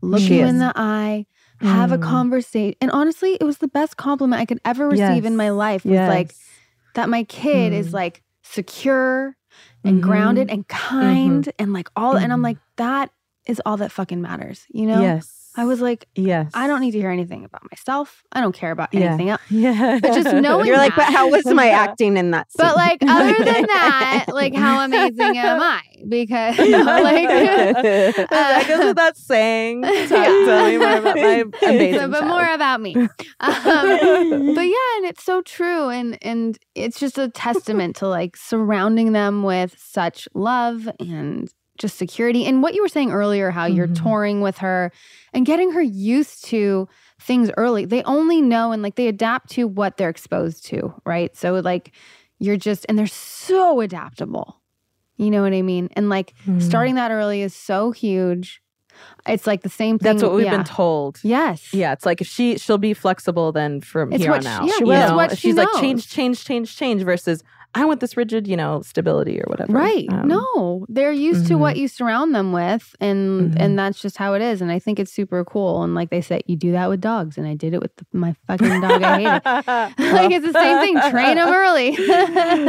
Look
She
you
is.
in the eye." Have a
Mm.
conversation. And honestly, it was the best compliment I could ever receive in my
Yes.
life. Was like
Yes.
that my kid is
Mm.
like secure and
Mhm.
grounded and kind and like all and I'm
Mhm.
like that is all that fucking matters, you know?
yes
I was like
yes
I don't need to hear anything about myself. I don't care about
Yeah.
anything else.
yeah
But just knowing
You're like,
that-
but how was my acting in that scene?
But like other than that, like how amazing am I? Because like uh,
that goes without saying. Tell,
Yeah.
tell me more about my amazing
so, but
child.
more about me. Um, but yeah, and it's so true, and and it's just a testament to like surrounding them with such love and just security. And what you were saying earlier, how you're
Mhm.
touring with her and getting her used to things early. They only know and like they adapt to what they're exposed to, right? So like you're just and they're so adaptable. You know what I mean? And like
Hmm.
starting that early is so huge. It's like the same thing.
That's what we've
yeah.
been told.
Yes.
Yeah, it's like if she she'll be flexible then from
It's
here
what
on
she-
out.
yeah,
you
it's
know?
what
If
she
she's like
knows.
change, change, change, change versus I want this rigid, you know, stability or whatever.
Right.
Um,
no, they're used to
mhm.
mm-hmm.
what you surround them with, and
Mhm.
and that's just how it is. And I think it's super cool. And like they say, you do that with dogs, and I did it with the, my fucking dog. I hate it. like it's the same thing. Train them early.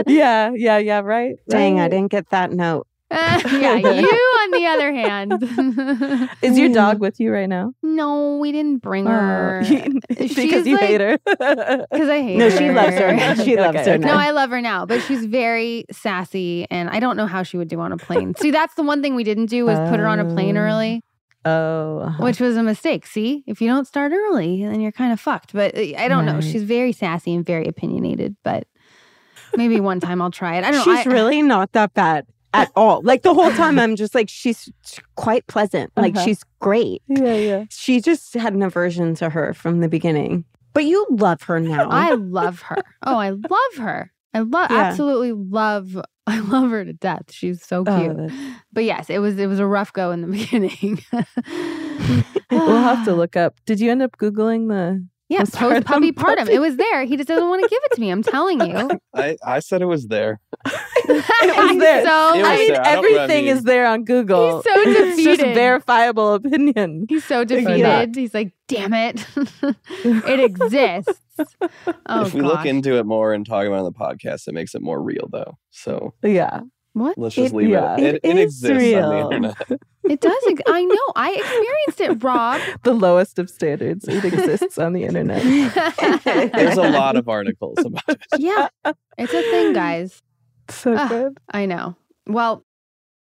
yeah, yeah, yeah, right.
Dang, I
right.
didn't get that note.
yeah. You, on the other hand,
Is your dog with you right now?
no, we didn't bring her
because
She's
you hate
like-
her.
because I hate.
No, she
her.
loves her now. She loves
Okay.
her
No,
now.
I love her now, but she's very sassy, and I don't know how she would do on a plane. See, that's the one thing we didn't do was put her on a plane
Oh.
early.
oh, uh-huh.
which was a mistake. See, if you don't start early, then you're kind of fucked. But uh, I don't know.
Right.
She's very sassy and very opinionated, but maybe one time I'll try it. I don't know.
she's
I-
really not that bad at all. Like the whole time, I'm just like, she's quite pleasant. Like
Uh-huh.
she's great.
yeah, yeah.
She just had an aversion to her from the beginning. But you love her now.
I love her. Oh, I love her. I love
Yeah.
absolutely love. I love her to death. She's so
Oh,
cute.
that's-
but yes, it was it was a rough go in the beginning.
we'll have to look up. Did you end up googling the?
Yeah,
I'm sorry,
post puppy
I'm
partum.
puppy.
It was there. He just doesn't want to give it to me. I'm telling you.
I, I said it was there.
I'm
there.
so
It was
I mean,
there. I don't know what I
everything
mean.
is there on Google.
He's so
It's just
defeated.
verifiable opinion.
He's so
Figure
it out.
defeated. He's like, damn it. it exists. Oh,
if we
gosh.
look into it more and talk about it on the podcast, it makes it more real, though. So
Yeah.
what?
let's just
It-
leave
yeah.
it. It,
It
it
is
exists on the
real.
internet.
It does. Ex- I know. I experienced it, Rob.
the lowest of standards. It exists on the internet.
There's a lot of articles about it.
yeah. It's a thing, guys.
So
Ah.
good.
I know. Well,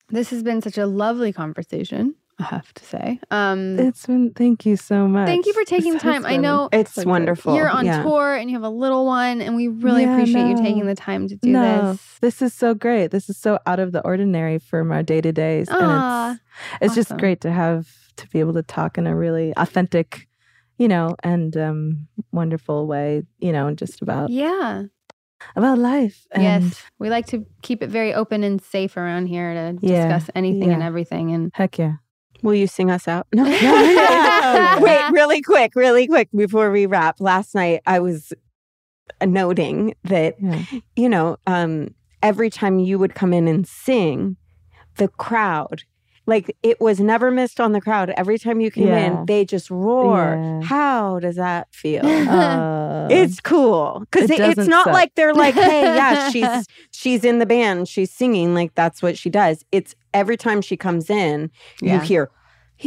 this has been such a lovely conversation, I have to say. Um,
It's been. Thank you so much.
thank you for taking
This has
time. I
been-
know
it's
So good.
wonderful.
you're on
Yeah.
tour and you have a little one, and we really
Yeah,
appreciate you
no.
taking the time to do
No.
this.
This is so great. This is so out of the ordinary from our day to days, and
Aw,
it's it's just
Ah, awesome.
great to have to be able to talk in a really authentic, you know, and um, wonderful way, you know, and just about
yeah.
about life. And
Yes, we like to keep it very open and safe around here to
Yeah,
discuss anything and
yeah.
everything. And
Heck yeah.
Will you sing us out? No.
Yeah.
Wait, really quick, really quick before we wrap. Last night I was noting that,
Yeah.
you know, um, every time you would come in and sing, the crowd, like it was never missed on the crowd. Every time you came
Yeah.
in, they just roar.
Yeah.
How does that feel?
Uh,
It's cool because it
It
it's
doesn't
not
suck.
like they're like, hey, yeah, she's she's in the band, she's singing, like that's what she does. It's every time she comes in, you
Yeah.
hear,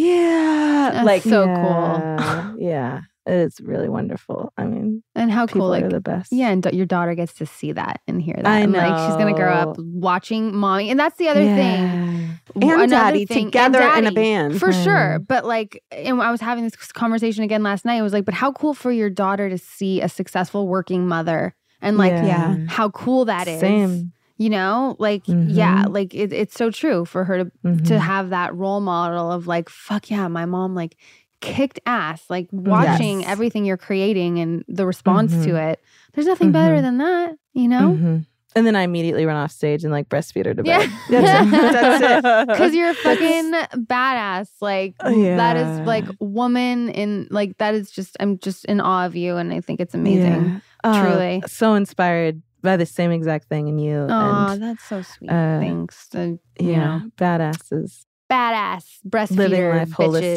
yeah,
That's
like
so cool.
yeah, Yeah. It's really wonderful. I mean,
And how
people
cool, like,
are the best.
yeah, and da- your daughter gets to see that and hear that.
I
and like she's gonna grow
know.
up watching mommy. And that's the other thing.
Yeah.
W-
and
another
daddy
thing- and
together in a
daddy,
band.
For sure.
Mhm.
But like, and I was having this conversation again last night. It was like, but how cool for your daughter to see a successful working mother and like
yeah.
how cool that is.
Same.
You know, like, yeah,
Mhm.
like it, it's so true for her to to
Mhm.
have that role model of like fuck yeah my mom like kicked ass like watching
Yes.
everything you're creating and the response to it there's nothing
Mhm.
better than that you know
Mhm. And then I immediately run off stage and like breastfeed her to
Yeah.
bed.
That's it.
it.
because you're a fucking badass like that
Oh, Yeah.
is like woman in like that is just i'm just in awe of you and i think it's amazing
Oh,
Truly.
so inspired by the same exact thing in you.
oh
and
that's so sweet
uh,
thanks Uh, you
yeah,
know
badasses.
badass breastfeeder
Living life
bitches.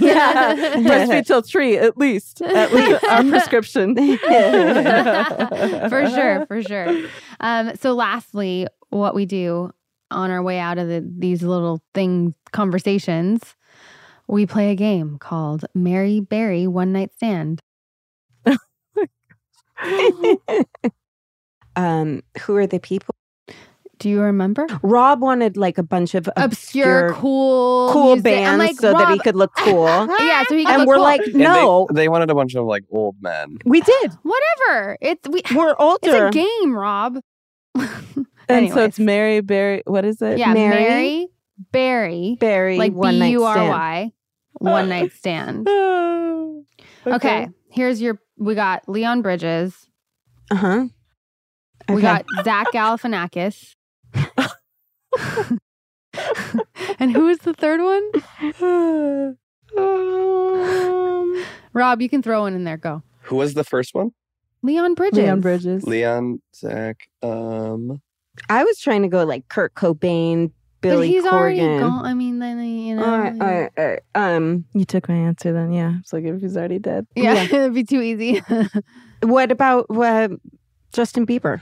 yeah. Breastfeed till three, at least. At least our prescription.
for sure, for sure. Um, so, lastly, what we do on our way out of the, these little thing conversations, we play a game called Mary Barry One Night Stand.
um, who are the people?
Do you remember?
Rob wanted like a bunch of
Obscure,
obscure,
cool,
cool
music. I'm
bands
like,
so that he
Rob-
could look cool.
Yeah, so he could
and
look
we're
cool.
like,
And they-
no,
they, wanted a bunch of like old men.
we did.
whatever. It's we.
We're
It's
older.
a game, Rob.
And so
Anyways.
it's Mary Berry. What is it?
yeah,
Mary?
Mary Barry,
Barry,
like
one
B
night
U R
stand.
Y, one night stand.
Oh,
Okay. Here's your we got Leon Bridges.
Uh huh.
We got Zach Galifianakis. and who is the third one?
Um,
Rob, you can throw one in there. Go.
Who was the first one?
Leon Bridges.
Leon Bridges.
Leon, Zach, um,
I was trying to go like Kurt Cobain, Billy
but he's
Corgan.
already gone. I mean, then you know.
All right, all right, all right. Um,
You took my answer then, yeah. It's like if he's already dead.
yeah,
yeah.
it'd be too easy.
what about uh, Justin Bieber?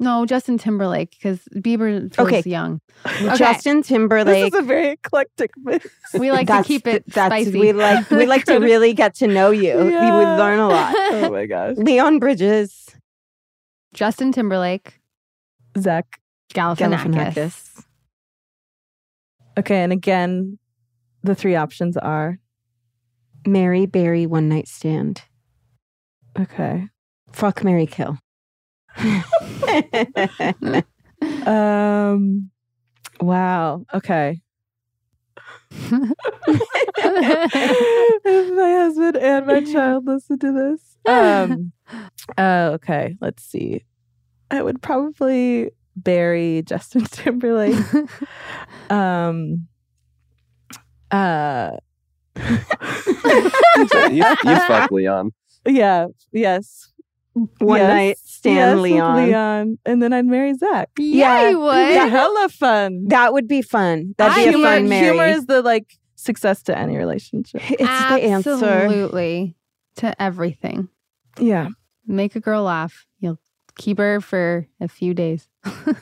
no, Justin Timberlake because Bieber feels
Okay.
young.
Justin Timberlake.
this is a very eclectic mix.
We like to
That's-
keep it
that's
spicy.
we like we like to really get to know you. We
Yeah.
would learn a lot.
oh my gosh.
Leon Bridges,
Justin Timberlake,
Zach.
Galifianakis.
Galifianakis.
Okay, and again, the three options are
Mary Barry, one night stand.
okay.
Fuck Mary Kill.
Um wow. Okay. if my husband and my child listen to this. Um,
Oh,
uh, okay, let's see. I would probably bury Justin Timberlake. Um, uh,
you, you fuck Leon.
yeah, yes.
one
Yes.
night
yes,
stand,
with
Leon.
Leon. And then I'd marry Zach.
yeah,
Yeah.
you would.
It'd be hella fun.
That would be fun. That'd
I-
be a
humor,
fun Mary.
humor is the like success to any relationship.
it's the answer.
Absolutely to everything.
Yeah.
Make a girl laugh. You'll keep her for a few days.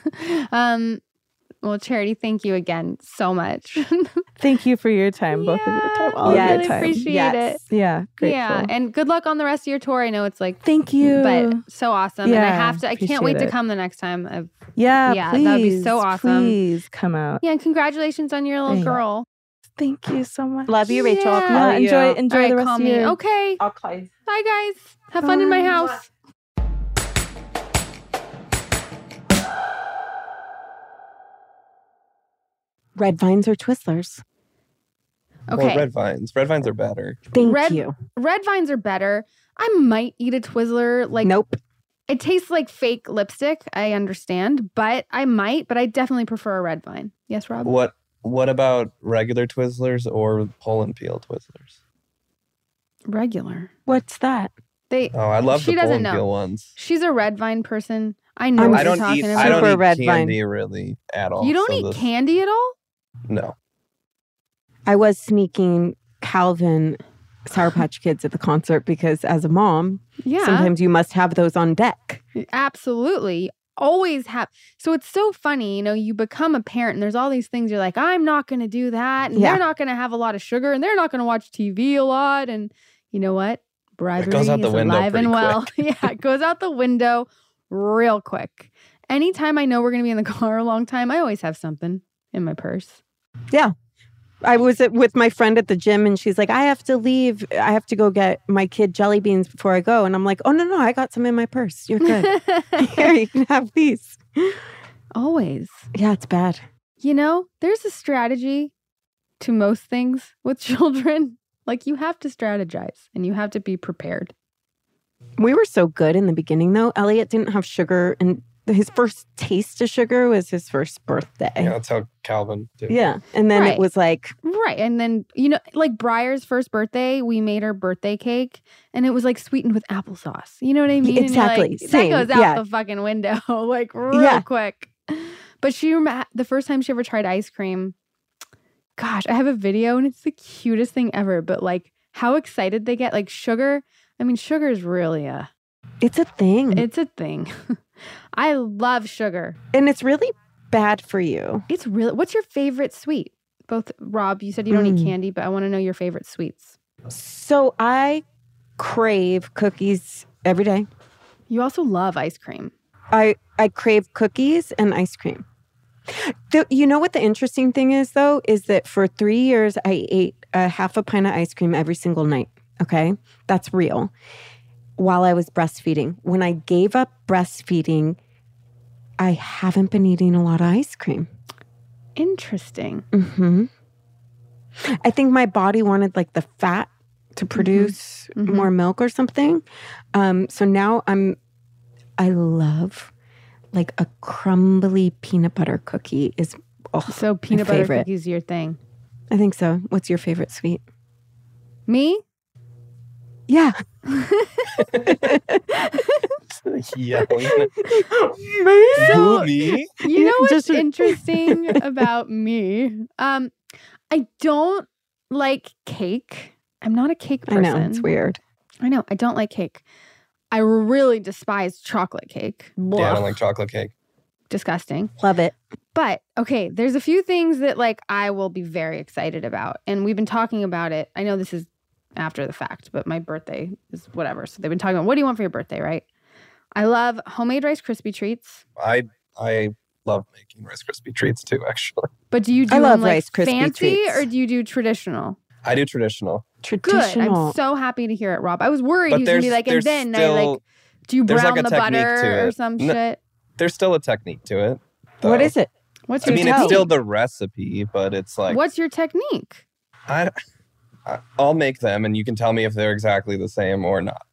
um, well, Charity, thank you again so much.
Thank you for your time, both of your
Yeah,
time, all
I
of
really
your time.
appreciate
Yes.
it.
yeah, grateful.
Yeah, and good luck on the rest of your tour. I know it's like,
Thank you.
but so awesome. and I
Yeah,
have to. I can't
appreciate
wait to
it.
come the next time. I've,
Yeah,
Yeah,
please,
that would be so awesome.
Please come out.
yeah, and congratulations on your little
Thank you.
girl.
Thank you so much.
Love you, Rachel. I'll
Yeah.
call
Yeah,
you.
enjoy enjoy
All right,
the rest
call
of
me.
your.
Okay.
I'll call you.
Bye, guys. Have fun in my
Bye.
house.
Red vines or Twizzlers?
Okay.
Or red vines. Red vines are better.
Thank
Red-
you.
red vines are better. I might eat a Twizzler. Like,
nope.
it tastes like fake lipstick. I understand, but I might, but I definitely prefer a red vine. Yes, Rob?
What What about regular Twizzlers or pole and peel Twizzlers?
Regular.
What's that?
They.
Oh, I love
She
the pole
doesn't
and
know.
peel ones.
She's a red vine person. I know
I'm
what
I
you're
don't
talking
eat.
about.
I don't
Super
eat
red
candy really at all.
you don't
so
eat
this-
candy at all?
No.
I was sneaking Calvin Sour Patch Kids at the concert because, as a mom,
Yeah.
sometimes you must have those on deck.
Absolutely. Always have. So it's so funny, you know, you become a parent and there's all these things you're like, I'm not going to do that. And
Yeah.
they're not going to have a lot of sugar and they're not going to watch TV a lot. And you know what? Bribery
goes out the
is
window
alive and
pretty
well. yeah, it goes out the window real quick. Anytime I know we're going to be in the car a long time, I always have something in my purse.
I was at, with my friend at the gym, and she's like, "I have to leave. I have to go get my kid jelly beans before I go." And I'm like, "Oh no, no, I got some in my purse. You're good. Here, you can have these."
always.
Yeah, it's bad.
You know, there's a strategy to most things with children. Like you have to strategize and you have to be prepared.
We were so good in the beginning, though. Elliot didn't have sugar, and his first taste of sugar was his first birthday.
Yeah, that's how Calvin did. it.
Eh. Yeah. And then
Right.
it was like,
Right. And then, you know, like Briar's first birthday, we made her birthday cake and it was like sweetened with applesauce. You know what I mean? And you're
exactly.
Like,
Same.
That goes out
Yeah.
the fucking window like real
Yeah.
quick. But she, rem- the first time she ever tried ice cream, gosh, I have a video and it's the cutest thing ever. But like how excited they get, like sugar. I mean, sugar is really a,
it's a thing.
it's a thing. I love sugar.
and it's really bad for you.
It's really, what's your favorite sweet? Both Rob, you said you don't eat
Mm.
candy, but I want to know your favorite sweets.
So I crave cookies every day.
You also love ice cream.
I, I crave cookies and ice cream. The, you know what the interesting thing is, though, is that for three years, I ate a half a pint of ice cream every single night. Okay. That's real. While I was breastfeeding, when I gave up breastfeeding, I haven't been eating a lot of ice cream.
Interesting.
hmm I think my body wanted like the fat to produce
Mhm.
more milk or something. Um, so now I'm, I love like a crumbly peanut butter cookie is oh
So peanut butter
favorite.
cookies are your thing.
I think so. What's your favorite sweet?
Me?
Yeah.
Yelling.
So-
Who, me?
You know what's
Just a-
interesting about me? Um, I don't like cake. I'm not a cake
I
person.
know. It's weird.
I know. I don't like cake. I really despise chocolate cake.
Yeah, I
Ugh,
don't like chocolate cake.
disgusting.
Love it.
But okay, there's a few things that like I will be very excited about. And we've been talking about it. I know this is after the fact, but my birthday is whatever. So they've been talking about what do you want for your birthday, right? I love homemade Rice Krispie treats.
I I love making Rice Krispie treats too. Actually,
But do you do
I
them,
love
like,
Rice Krispie
fancy
treats.
or do you do traditional?
I do traditional,
Good.
Traditional.
I'm so happy to hear it, Rob. I was worried
but
he was gonna
there's
be like, and
there's
then
still
I like do you
there's, like,
brown
a
the
technique
butter
to
or
it.
some
No-
shit?
there's still a technique to it.
what
though.
is it?
What's
I
your
mean, it's
technique?
still the recipe, but it's like
What's your technique?
I, I I'll make them, and you can tell me if they're exactly the same or not.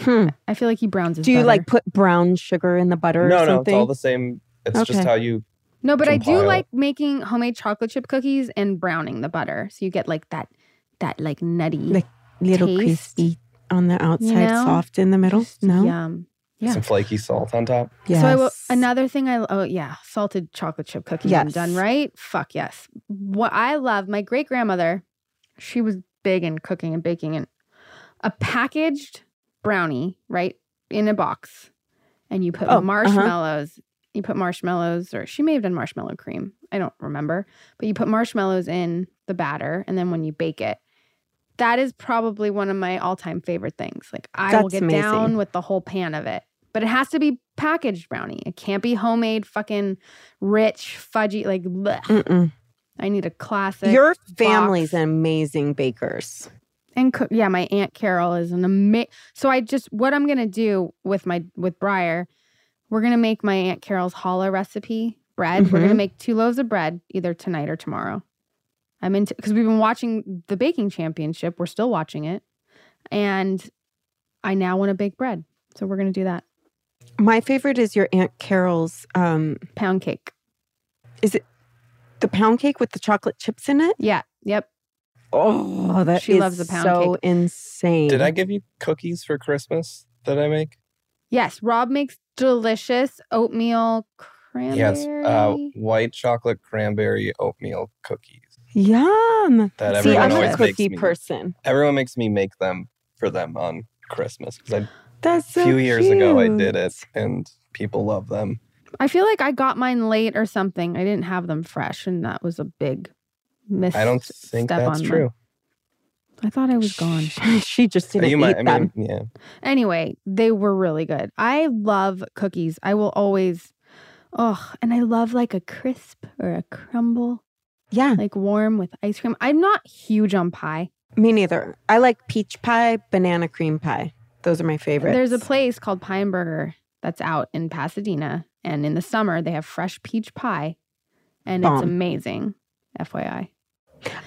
Hmm.
I feel like he browns his
Do you
butter.
like put brown sugar in the butter or
no, no, it's
something?
all the same. It's just
Okay.
how you.
No, but I do
compile.
like making homemade chocolate chip cookies and browning the butter. So you get like that that like nutty
Like Little
taste.
crispy on the outside,
know?
soft in the middle. No.
yum. Yeah.
Some flaky salt on top.
So I will,
Yes.
another thing I oh yeah, salted chocolate chip cookies when
Yes.
done right. Fuck yes. What I love, my great grandmother, she was big in cooking and baking and a packaged brownie, right, in a box. And you put
Oh, uh-huh.
marshmallows. You put marshmallows or she may have done marshmallow cream. I don't remember. But you put marshmallows in the batter and then when you bake it, that is probably one of my all-time favorite things. Like I will
That's
get
amazing.
down with the whole pan of it. But it has to be packaged brownie. It can't be homemade, fucking rich, fudgy. Like blech.
Mm-mm.
I need a classic.
Your family's
box.
amazing bakers.
and cook. Yeah, my aunt Carol is an amazing. So I just what I'm gonna do with my with Briar, we're gonna make my aunt Carol's challah recipe bread. We're gonna
Mhm.
make two loaves of bread either tonight or tomorrow. I'm into because we've been watching the baking championship. We're still watching it, and I now want to bake bread. So we're gonna do that
My favorite is your Aunt Carol's, um,
pound cake.
the pound cake with the chocolate chips in it.
Yeah. Yep.
Oh, that
She
is
loves the pound
so
cake.
insane.
Did I give you cookies for Christmas that I make?
Yes. Rob makes delicious oatmeal cranberry.
Yes, uh, white chocolate cranberry oatmeal cookies.
Yum.
That
See,
everyone
I'm a
always makes
cookie
me-
person.
Everyone makes me make them for them on Christmas because
That's
a
so
few years ago I
cute.
did it, and people love them.
I feel like I got mine late or something. I didn't have them fresh, and that was a big miss.
I don't think
step
that's
on my-
true.
I thought I was gone.
she just didn't
you
eat
might, I
them.
mean, yeah.
Anyway, they were really good. I love cookies. I will always, oh, and I love like a crisp or a crumble,
yeah,
like warm with ice cream. I'm not huge on pie.
me neither. I like peach pie, banana cream pie. Those are my favorites.
There's a place called Pie and Burger that's out in Pasadena, and in the summer they have fresh peach pie, and it's
Bomb.
amazing. FYI.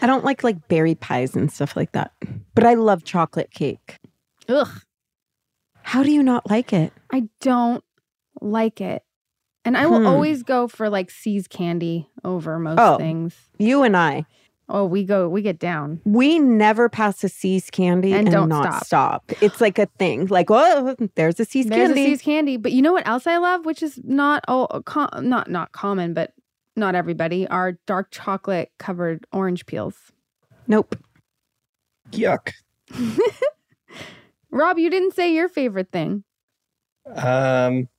I don't like like berry pies and stuff like that, but I love chocolate cake.
Ugh.
How do you not like it?
I don't like it. And I will
Hmm.
always go for like C's candy over most
Oh.
things.
You and I,
Oh, we go, we get down.
we never pass a C's candy
And
and,
don't
not stop. It's like a thing. Like, oh, there's a C's
There's
candy.
a C's candy, but you know what else I love, which is not all com- not not common, but not everybody are dark chocolate covered orange peels.
Nope.
Yuck.
Rob, you didn't say your favorite thing.
Um,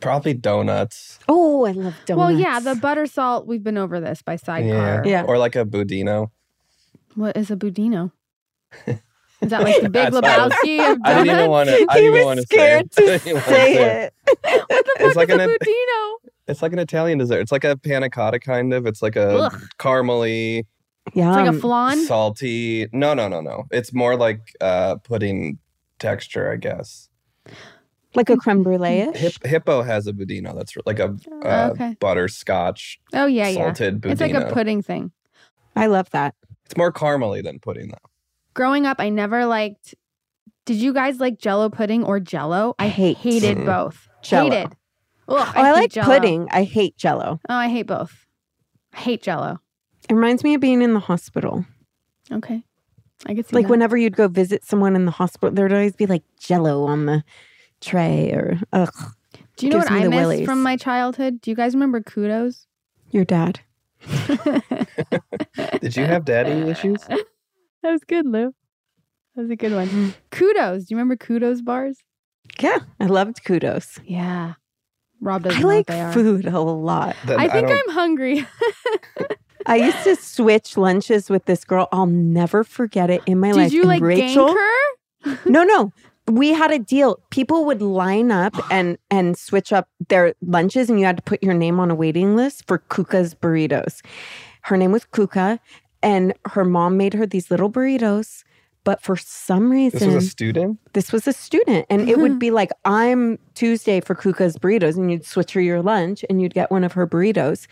probably donuts.
Oh, I love donuts.
Well, yeah, the butter salt. We've been over this by sidecar.
Yeah.
Or like a budino.
What is a budino? Is that like the Big
That's what I was-
Lebowski of
I didn't
donuts?
even want to. I
he
didn't even want
was
to say
scared
it. I
to
didn't wanna say it.
say it.
It's like
What's
an
a budino?
it's like an Italian dessert. It's like a panna cotta kind of. It's like a
Ugh.
caramely,
Yeah,
It's like
um,
a flan.
salty. No, no, no, no. It's more like uh, pudding texture, I guess.
like a creme brulee.
Hip, hippo has a budino. That's r- like a uh,
Oh, okay.
butterscotch
Oh yeah, yeah.
salted budino.
It's like a pudding thing.
I love that.
It's more caramely than pudding, though.
Growing up, I never liked Did you guys like Jello pudding or Jello? I
Hate.
hated
Mm.
both.
Jell-O.
Hated. Ugh,
Oh, I,
hate
like
Jell-O.
pudding. I hate jello.
Oh, I hate both. I hate Jello.
It reminds me of being in the hospital.
Okay, I could see
Like
that.
whenever you'd go visit someone in the hospital, there'd always be like jello on the tray or ugh,
Do you know
gives
what
me
I
the
miss
willies.
from my childhood? Do you guys remember kudos?
your dad.
that
Did you have daddy issues?
was good, Lou. That was a good one. kudos. Do you remember kudos bars?
Yeah, I loved kudos.
Yeah. Rob doesn't
I
know
like
what they are.
food a lot.
Then
I think
don't-
I'm hungry.
I used to switch lunches with this girl. I'll never forget it in my life.
Did you
And
like
Rachel?
gank her?
No, no. We had a deal. People would line up and and switch up their lunches, and you had to put your name on a waiting list for Kuka's burritos. Her name was Kuka, and her mom made her these little burritos. But for some reason,
This was a student.
this was a student and it
Mm-hmm.
would be like i'm tuesday for kuka's burritos and you'd switch her your lunch and you'd get one of her burritos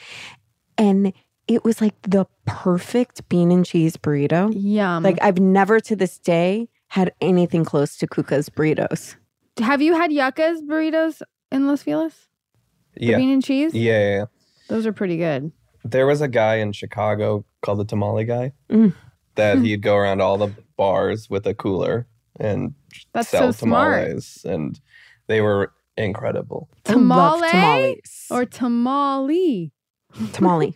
and it was like the perfect bean and cheese burrito
Yum.
like i've never to this day had anything close to kuka's burritos
Have you had yuccas burritos in Los Feliz? The
Yeah.
bean and cheese?
yeah, yeah, yeah.
Those are pretty good.
There was a guy in Chicago called the Tamale Guy
Mm.
that
Hmm.
he'd go around all the bars with a cooler and
That's
sell
so smart.
tamales, and they were incredible.
I love
Tamale
tamales
or tamale.
tamale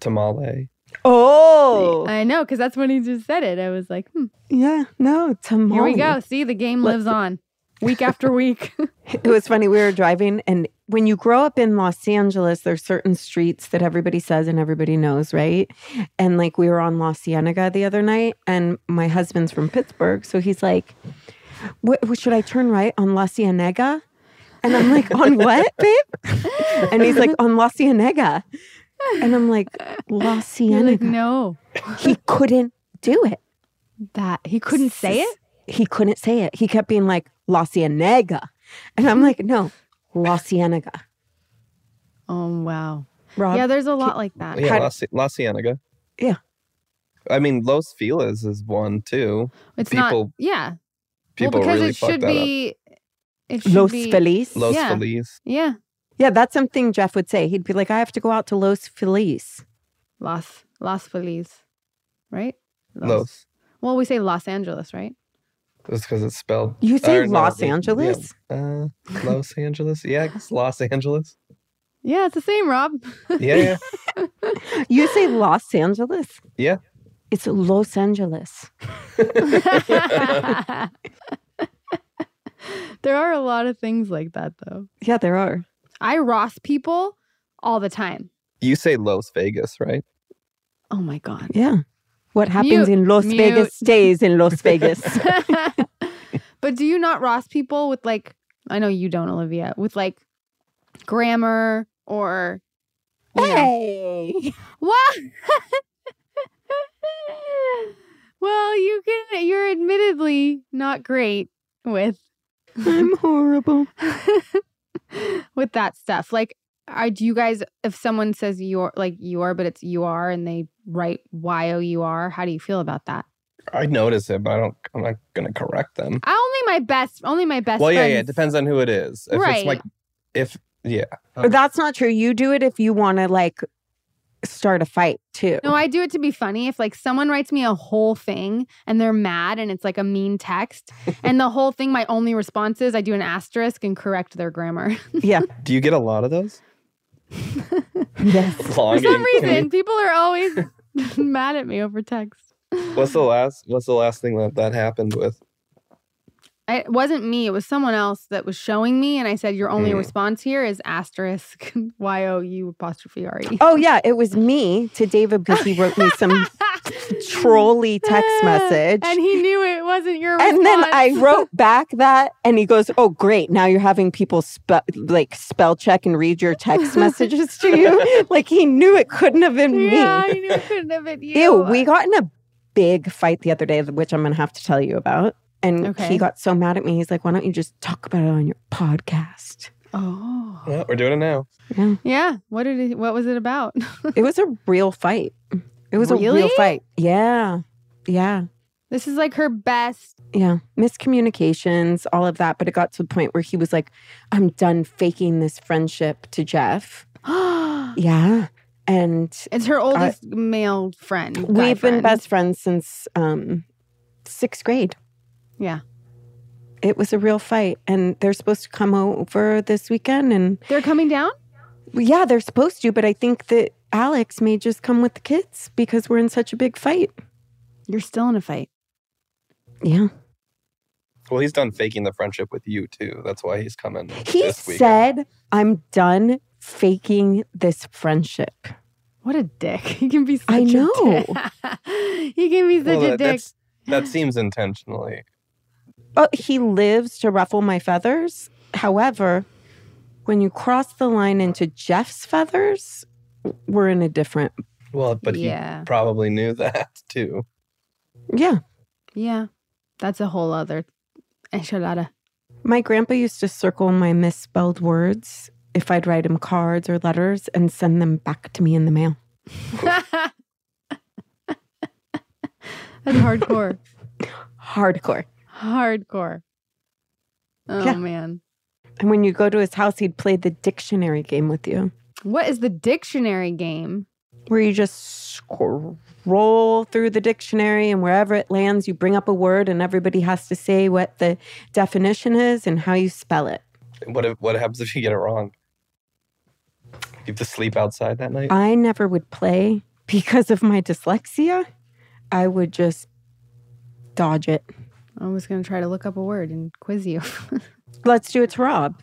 Tamale.
oh
I know, because that's when he just said it. I was like, hmm,
yeah no tamale
here we go. See, the game
Look-
lives on week after week.
It was funny. We were driving, and when you grow up in Los Angeles, there's certain streets that everybody says and everybody knows, right? And like we were on La Cienega the other night, and my husband's from Pittsburgh, so he's like, "What what- should I turn right on La Cienega?" And I'm like, "On what, babe?" And he's like, "On La Cienega," and I'm like, "La
You're like,
Cienega."
no,
He couldn't do it.
that he couldn't say it.
He couldn't say it. He kept being like La Cienega, and I'm like, "No, La Cienega."
Oh wow.
Rob,
yeah, there's a lot like that.
Yeah,
Had-
La, Ci- La Cienega.
Yeah.
I mean, Los Feliz is one too.
It's not.
people-
Yeah. well,
People
because
really
it
fucked
should
that
be. It should
Los
be.
Feliz.
up. Los
yeah.
Feliz.
Yeah.
yeah, that's something Jeff would say. He'd be like, I have to go out to Los Feliz.
Los Los Feliz, right?
Los.
Well, we say Los Angeles, right?
That's because it's spelled.
You say
or no,
Los
yeah,
Angeles?
Uh, Los Angeles. Yeah, I guess Los Angeles.
Yeah, it's the same, Rob.
Yeah, yeah.
You say Los Angeles?
Yeah.
It's Los Angeles.
there are a lot of things like that, though.
Yeah, there are.
I Ross people all the time.
You say Los Vegas, right?
Oh my god.
Yeah. What
Mute.
happens in Las
Mute.
Vegas stays in Las Vegas.
but do you not Ross people with like? I know you don't, Olivia. With like grammar or you know,
hey.
What? well, you can. You're admittedly not great with
I'm horrible.
with that stuff. Like, are do you guys? If someone says you're like you are, but it's you are, and they write y o u r, how do you feel about that?
I notice it, but I don't. I'm not gonna correct them.
I only my best. Only my best.
well, yeah, yeah. It
friends-
depends on who it is. If
Right.
it's like, if yeah,
That's not true. You do it if you want to, like, start a fight, too.
No, I do it to be funny. If like someone writes me a whole thing and they're mad and it's like a mean text, and the whole thing, my only response is I do an asterisk and correct their grammar.
do you get a lot of those?
yes.
For
Long
some
can you-
reason, people are always mad at me over text.
what's the last? What's the last thing that that happened with?
I- It wasn't me. It was someone else that was showing me, and I said, "Your
Hmm.
only
Mm.
response here is asterisk y o u apostrophe r e."
Oh, yeah. It was me to David because he wrote me some trolly text message.
and he knew it wasn't your.
And then I
response.
wrote back that, and he goes, "Oh, great! Now you're having people spe- like spell check and read your text messages to you." like he knew it couldn't have been
"Yeah,
me.
I knew it couldn't have been you."
Ew, we got in a big fight the other day, which I'm gonna have to tell you about. And
Okay.
he got so mad at me. He's like, "Why don't you just talk about it on your podcast?"
Oh.
Well, we're doing it now.
Yeah,
Yeah. What did it, what was it about?
it was a real fight. It was a
Really?
real fight. Yeah, yeah.
This is like her best.
Yeah, miscommunications, all of that. But it got to the point where he was like, I'm done faking this friendship to Jeff.
it's
Yeah. And
her oldest male friend. guy
we've been
friend.
best friends since um, sixth grade.
Yeah.
It was a real fight. And they're supposed to come over this weekend. And
They're coming down.
yeah, they're supposed to. But I think that Alex may just come with the kids because we're in such a big fight.
You're still in a fight.
Yeah.
Well, he's done faking the friendship with you too. That's why he's coming.
He
this weekend.
said, I'm done faking this friendship.
What a dick. He can be such
I
a dick. he can be such
Well,
a dick.
that, that's- that seems intentionally.
Oh, he lives to ruffle my feathers. However, when you cross the line into Jeff's feathers, we're in a different.
Well, but
yeah.
he probably knew that too.
Yeah.
Yeah. That's a whole other enchilada.
My grandpa used to circle my misspelled words if I'd write him cards or letters and send them back to me in the mail.
that's hardcore.
Hardcore.
hardcore. Oh
Yeah.
man.
And when you go to his house, he'd play the dictionary game with you,
What is the dictionary game?
where you just scroll through the dictionary and wherever it lands, you bring up a word and everybody has to say what the definition is and how you spell it.
What if, what happens if you get it wrong? You have to sleep outside that
Uh,
night.
I never would play because of my dyslexia. I would just dodge it.
I was gonna try to look up a word and quiz you.
Let's do it to Rob.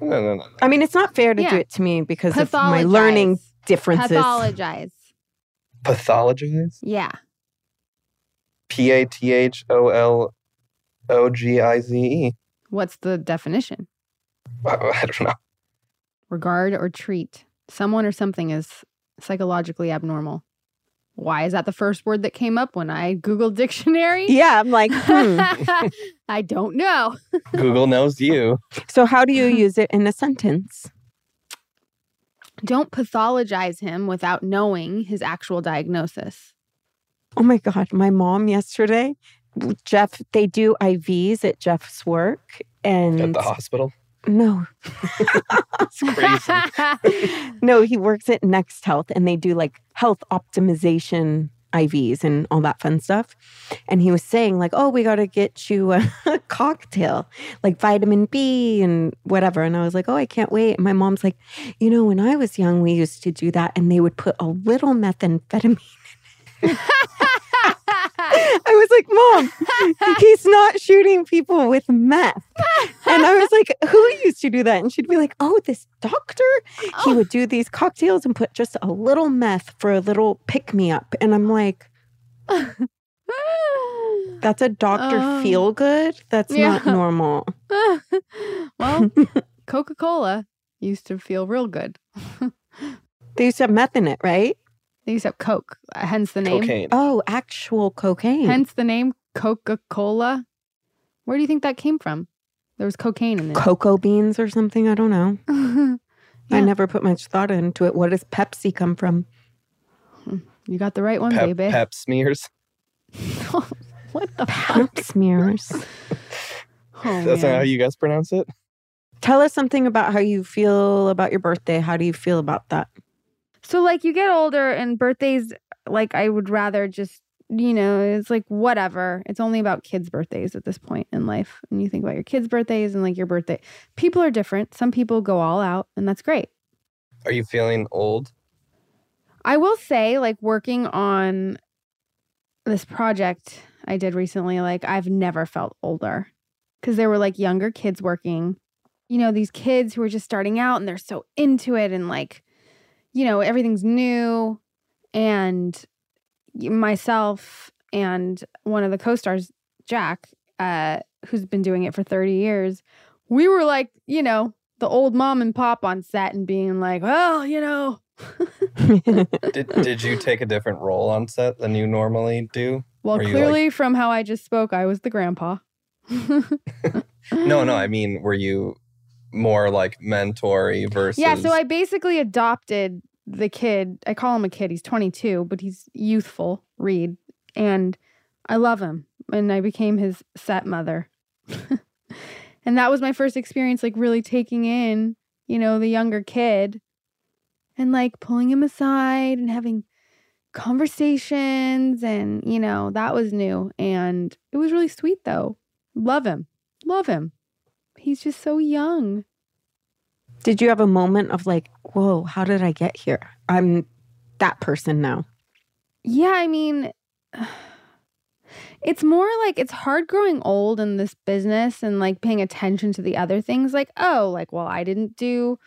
No, no, no.
I mean, it's not fair to
Yeah.
do it to me because of my learning differences.
Pathologize.
Pathologize.
Yeah.
P a t h o l o g i z e.
What's the definition?
I I don't know.
Regard or treat someone or something as psychologically abnormal. Why is that the first word that came up when I googled dictionary?
Yeah, I'm like, hmm.
I don't know.
Google knows you.
so how do you use it in a sentence?
Don't pathologize him without knowing his actual diagnosis.
Oh my God, my mom yesterday, Jeff, they do IVs at Jeff's work. And
At the hospital.
no,
It's crazy.
no, he works at Next Health and they do like health optimization IVs and all that fun stuff. And he was saying, like, oh, we got to get you a cocktail, like vitamin B and whatever. And I was like, oh, I can't wait. And my mom's like, you know, when I was young, we used to do that and they would put a little methamphetamine. I was like, Mom, he's not shooting people with meth. And I was like, Who used to do that? And she'd be like, Oh, this doctor.
Oh.
He would do these cocktails and put just a little meth for a little pick me up. And I'm like, That's a doctor
Oh.
feel good. That's not
Yeah.
normal.
well, Coca Cola used to feel real good.
They used to have meth in it, right?
They used to have Coke, hence the name.
Cocaine.
Oh, actual cocaine.
Hence the name Coca Cola. Where do you think that came from? There was cocaine in it.
Cocoa beans or something. I don't know. I
Yeah.
never put much thought into it. What does Pepsi come from?
you got the right one,
Pep,
Oh, baby.
pep smears.
what the fuck?
Pap smears.
Oh,
That's not
man.
how you guys pronounce it.
Tell us something about how you feel about your birthday. How do you feel about that?
So like you get older and birthdays like I would rather just you know, it's like whatever. It's only about kids' birthdays at this point in life. And you think about your kids' birthdays and like your birthday. People are different. Some people go all out and that's great.
Are you feeling old?
I will say, like, working on this project I did recently, like, I've never felt older because there were like younger kids working, you know, these kids who are just starting out and they're so into it and like, you know, everything's new. And y- myself and one of the co stars, Jack, uh, who's been doing it for 30 years, we were like, you know, the old mom and pop on set and being like, well, you know,
Did Did you take a different role on set than you normally do?
Well,
Were you, like-
clearly from how I just spoke, I was the grandpa.
No, no. I mean, were you more like mentory versus?
Yeah, so I basically adopted the kid. I call him a kid. He's 22, but he's youthful, Reed. And I love him. And I became his stepmother. and that was my first experience, like really taking in, you know, the younger kid and like pulling him aside and having conversations. And, you know, that was new. And it was really sweet though. Love him. Love him. He's just so young.
Did you have a moment of like, whoa, how did I get here? I'm that person now.
Yeah, I mean, it's more like it's hard growing old in this business and like paying attention to the other things. Like, oh, like, well, I didn't do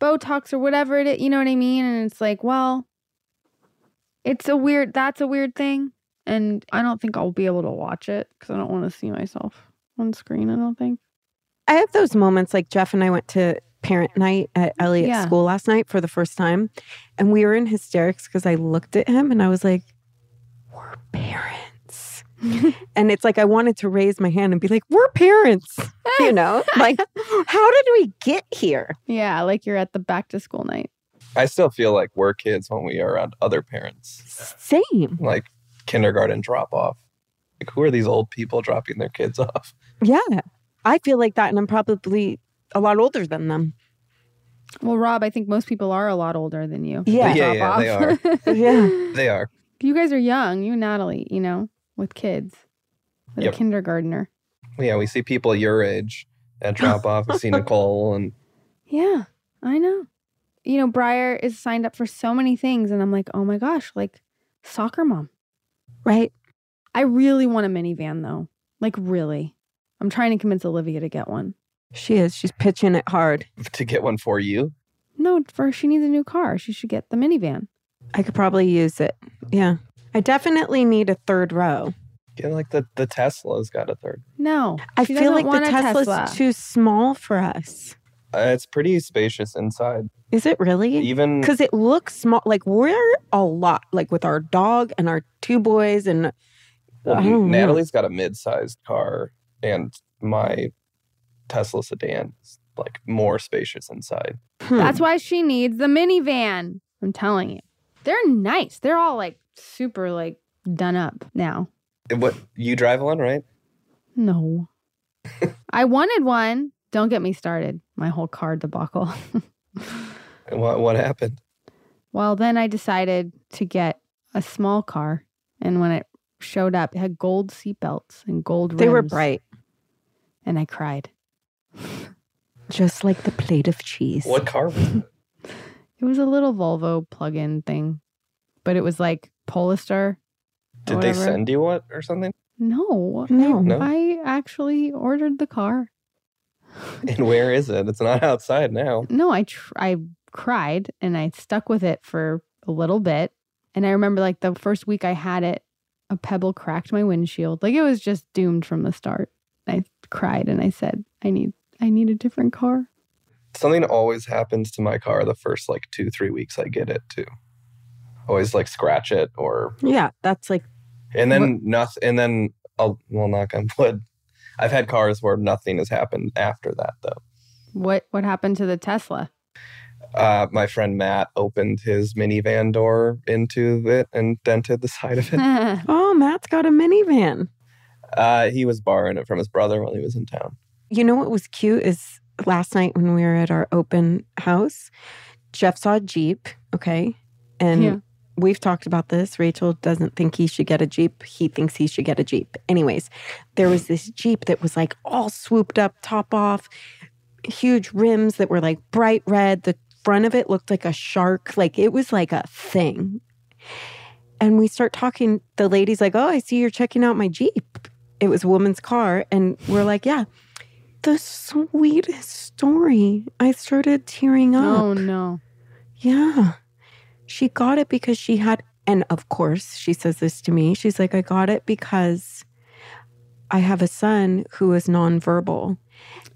Botox or whatever it is. You know what I mean? And it's like, well, it's a weird, that's a weird thing. And I don't think I'll be able to watch it because I don't want to see myself on screen. I don't think.
I have those moments like Jeff and I went to parent night at Elliot's
Yeah.
school last night for the first time. And we were in hysterics because I looked at him and I was like, we're parents. and it's like I wanted to raise my hand and be like, we're parents. You know, like, how did we get here?
Yeah, like you're at the back to school night.
I still feel like we're kids when we are around other parents,
Same.
like kindergarten drop off. Like, who are these old people dropping their kids off?
Yeah. I feel like that. And I'm probably a lot older than them.
Well, Rob, I think most people are a lot older than you.
Yeah.
Yeah, yeah, they
are.
Yeah.
They are.
You guys are young, you and Natalie, you know, with kids, with
Yep.
a kindergartner.
Yeah, we see people your age at drop off. We see Nicole and
Yeah, I know. You know, Briar is signed up for so many things, and I'm like, oh my gosh, like soccer mom.
Right.
I really want a minivan though. Like, really. I'm trying to convince Olivia to get one.
She is. She's pitching it hard.
to get one for you.
No, first she needs a new car. She should get the minivan.
I could probably use it. Yeah. I definitely need a third row.
Get like the, the Tesla's got a third.
No,
I
she
feel
doesn't
like
want
the
a
Tesla's
Tesla.
too small for us.
Uh, it's pretty spacious inside.
Is it really?
Even
Because it looks small. Like we're a lot, like with our dog and our two boys. And
well,
I don't know.
Natalie's got a mid sized car, and my Tesla sedan is like more spacious inside.
Hmm.
That's why she needs the minivan. I'm telling you, they're nice. They're all like super like done up now.
And What you drive one, right?
No. I wanted one. Don't get me started. My whole car debacle.
And What what happened?
well, then I decided to get a small car. And when it showed up, it had gold seatbelts and gold rims.
they were bright,
And I cried.
just like the plate of cheese.
What car? Was it?
It was a little Volvo plug in thing, but it was like Polestar.
Did they
Whatever.
send you one or something?
No,
No.
No.
I actually ordered the car.
And where is it? It's not outside now.
No, I tr- I cried and I stuck with it for a little bit. And I remember like the first week I had it, a pebble cracked my windshield. Like it was just doomed from the start. I cried and I said, I need I need a different car.
Something always happens to my car the first like two three weeks I get it too. Always like scratch it or
Yeah, that's like
and then nothing. And then i well, knock on wood. I've had cars where nothing has happened after that though.
What what happened to the Tesla?
uh, my friend Matt opened his minivan door into it and dented the side of it.
That's
oh, Matt's got a minivan.
Uh, he was borrowing it from his brother while he was in town.
You know what was cute is last night when we were at our open house, Jeff saw a Jeep. Okay. And
Yeah.
we've talked about this. Rachel doesn't think he should get a Jeep. He thinks he should get a Jeep. Anyways, there was this Jeep that was like all swooped up, top off, huge rims that were like bright red. The front of it looked like a shark. Like it was like a thing. And we start talking. The lady's like, Oh, I see you're checking out my Jeep. It was a woman's car. And we're like, Yeah. The sweetest story. I started tearing up.
Oh no.
Yeah. She got it because she had, and of course, she says this to me. She's like, I got it because I have a son who is nonverbal.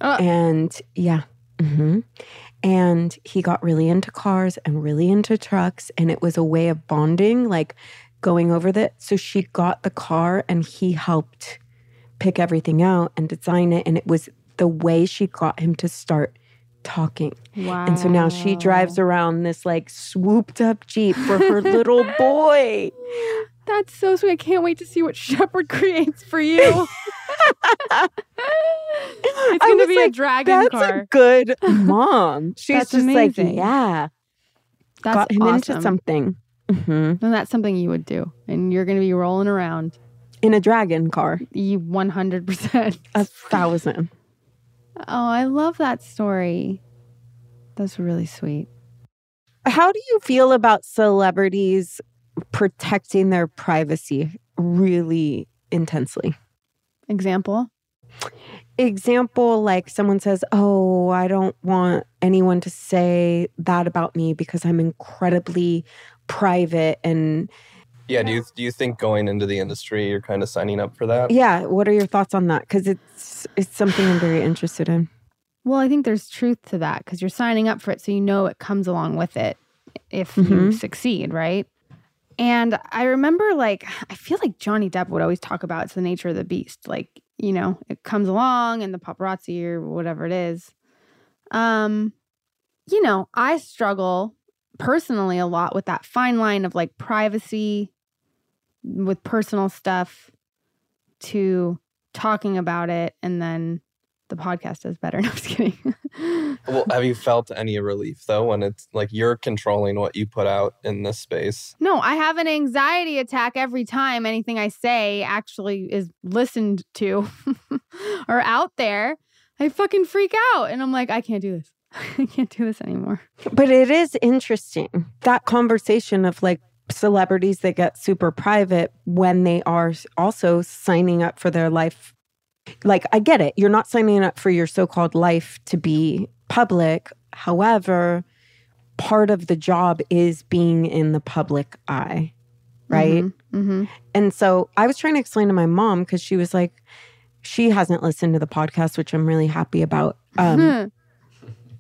Oh.
And yeah. hmm And he got really into cars and really into trucks. And it was a way of bonding, like going over that. So she got the car and he helped pick everything out and design it. And it was the way she got him to start talking.
Wow.
And so now Ah. she drives around this like swooped up Jeep for her little boy.
That's so sweet. I can't wait to see what Shepard creates for you.
I
It's going to
was
be a
like,
dragon
that's
car.
a good mom. She's
That's
just
amazing.
like, yeah,
that's
got him
awesome.
into something. Mhm.
And that's something you would do. And you're going to be rolling around.
In a dragon car,
You 100%.
a thousand.
Oh, I love that story. That's really sweet.
How do you feel about celebrities protecting their privacy really intensely?
Example?
Example, like someone says, Oh, I don't want anyone to say that about me because I'm incredibly private. And
Yeah. Do you do you think going into the industry, you're kind of signing up for that?
yeah, what are your thoughts on that? Because it's, it's something I'm very interested in.
Well, I think there's truth to that because you're signing up for it, so you know it comes along with it if you
Mhm.
succeed, right? And I remember, like, I feel like Johnny Depp would always talk about it's the nature of the beast. Like, you know, it comes along and the paparazzi or whatever it is. Um, you know, I struggle personally a lot with that fine line of like privacy with personal stuff to talking about it and then the podcast does better. No, I'm just kidding.
Well, have you felt any relief though when it's like you're controlling what you put out in this space?
no, I have an anxiety attack every time anything I say actually is listened to or out there. I fucking freak out and I'm like, I can't do this. I can't do this anymore.
But it is interesting that conversation of like celebrities that get super private when they are s- also signing up for their life. Like, I get it. You're not signing up for your so called life to be public. However, part of the job is being in the public eye, right?
Mm-hmm.
And so I was trying to explain to my mom because she was like, she hasn't listened to the podcast, which I'm really happy about.
Hmm.
Um,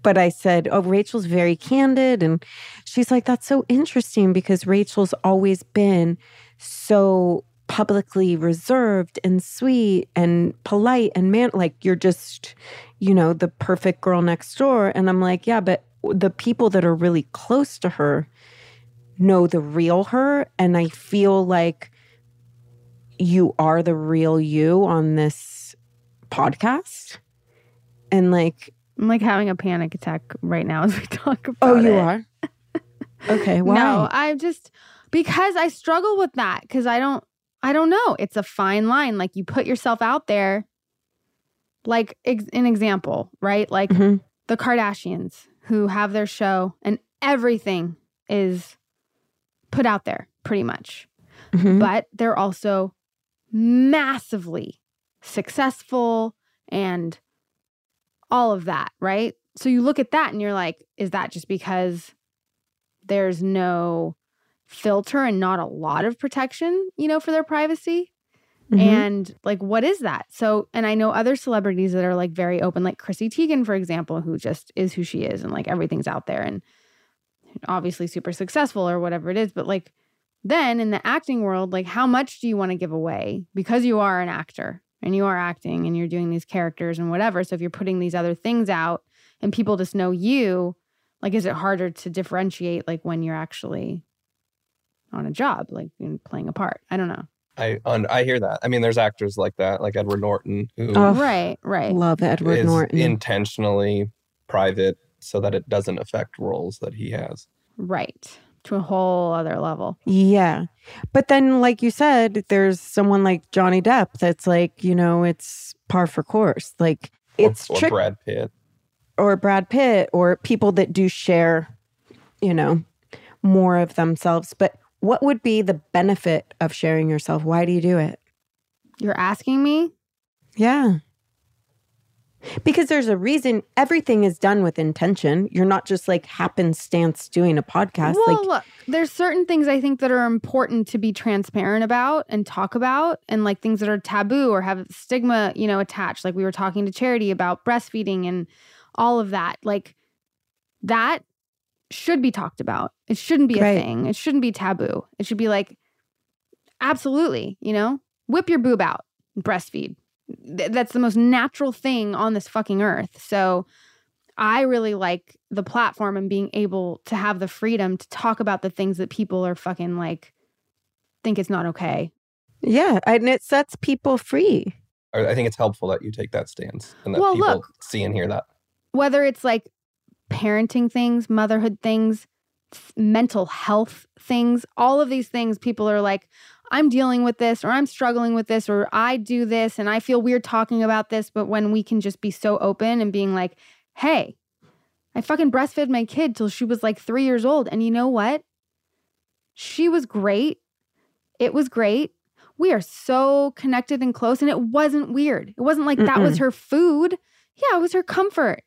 but I said, Oh, Rachel's very candid. And she's like, That's so interesting because Rachel's always been so publicly reserved and sweet and polite and man, like you're just, you know, the perfect girl next door. And I'm like, Yeah, but the people that are really close to her know the real her. And I feel like you are the real you on this podcast. And like,
I'm like having a panic attack right now as we talk about
Oh, you
it.
are? okay, why?
No, I'm just because I struggle with that because I don't I don't know. It's a fine line. Like you put yourself out there. Like ex- an example, right? Like
Mhm.
the Kardashians who have their show and everything is put out there pretty much.
Mhm.
But they're also massively successful and all of that, right? So you look at that and you're like, is that just because there's no filter and not a lot of protection, you know, for their privacy?
Mhm.
And like, what is that? So, and I know other celebrities that are like very open, like Chrissy Teigen, for example, who just is who she is and like everything's out there and obviously super successful or whatever it is. But like, then in the acting world, like, how much do you want to give away because you are an actor and you are acting and you're doing these characters and whatever? So, if you're putting these other things out and people just know you, like, is it harder to differentiate like when you're actually on a job, like and playing a part? I don't know.
I un- I hear that. I mean, there's actors like that, like Edward Norton, who is
Oh, Ugh.
Right, right.
love Edward Norton.
intentionally private so that it doesn't affect roles that he has.
Right. To a whole other level.
yeah. But then, like you said, there's someone like Johnny Depp that's like, you know, it's par for course. Like,
Or-
it's
or,
trick
Brad Pitt.
or Brad Pitt or people that do share, you know, more of themselves. But what would be the benefit of sharing yourself? Why do you do it?
You're asking me?
Yeah. Because there's a reason everything is done with intention. You're not just like happenstance doing a podcast.
well,
like,
look, there's certain things I think that are important to be transparent about and talk about, and like things that are taboo or have stigma, you know, attached. Like we were talking to Charity about breastfeeding and all of that. Like that should be talked about. It shouldn't be a
Right.
thing. It shouldn't be taboo. It should be like, absolutely, you know, whip your boob out, breastfeed. Th- that's the most natural thing on this fucking earth. So I really like the platform and being able to have the freedom to talk about the things that people are fucking like think it's not okay.
Yeah, and it sets people free.
I I think it's helpful that you take that stance and that
Well,
people
look.
see and hear that.
Whether it's like parenting things, motherhood things, s- mental health things, all of these things, people are like, I'm dealing with this, or I'm struggling with this, or I do this, and I feel weird talking about this. But when we can just be so open and being like, hey, I fucking breastfed my kid till she was like three years old. And you know what? She was great. It was great. We are so connected and close. And it wasn't weird. It wasn't like that was her food. Yeah, it was her comfort.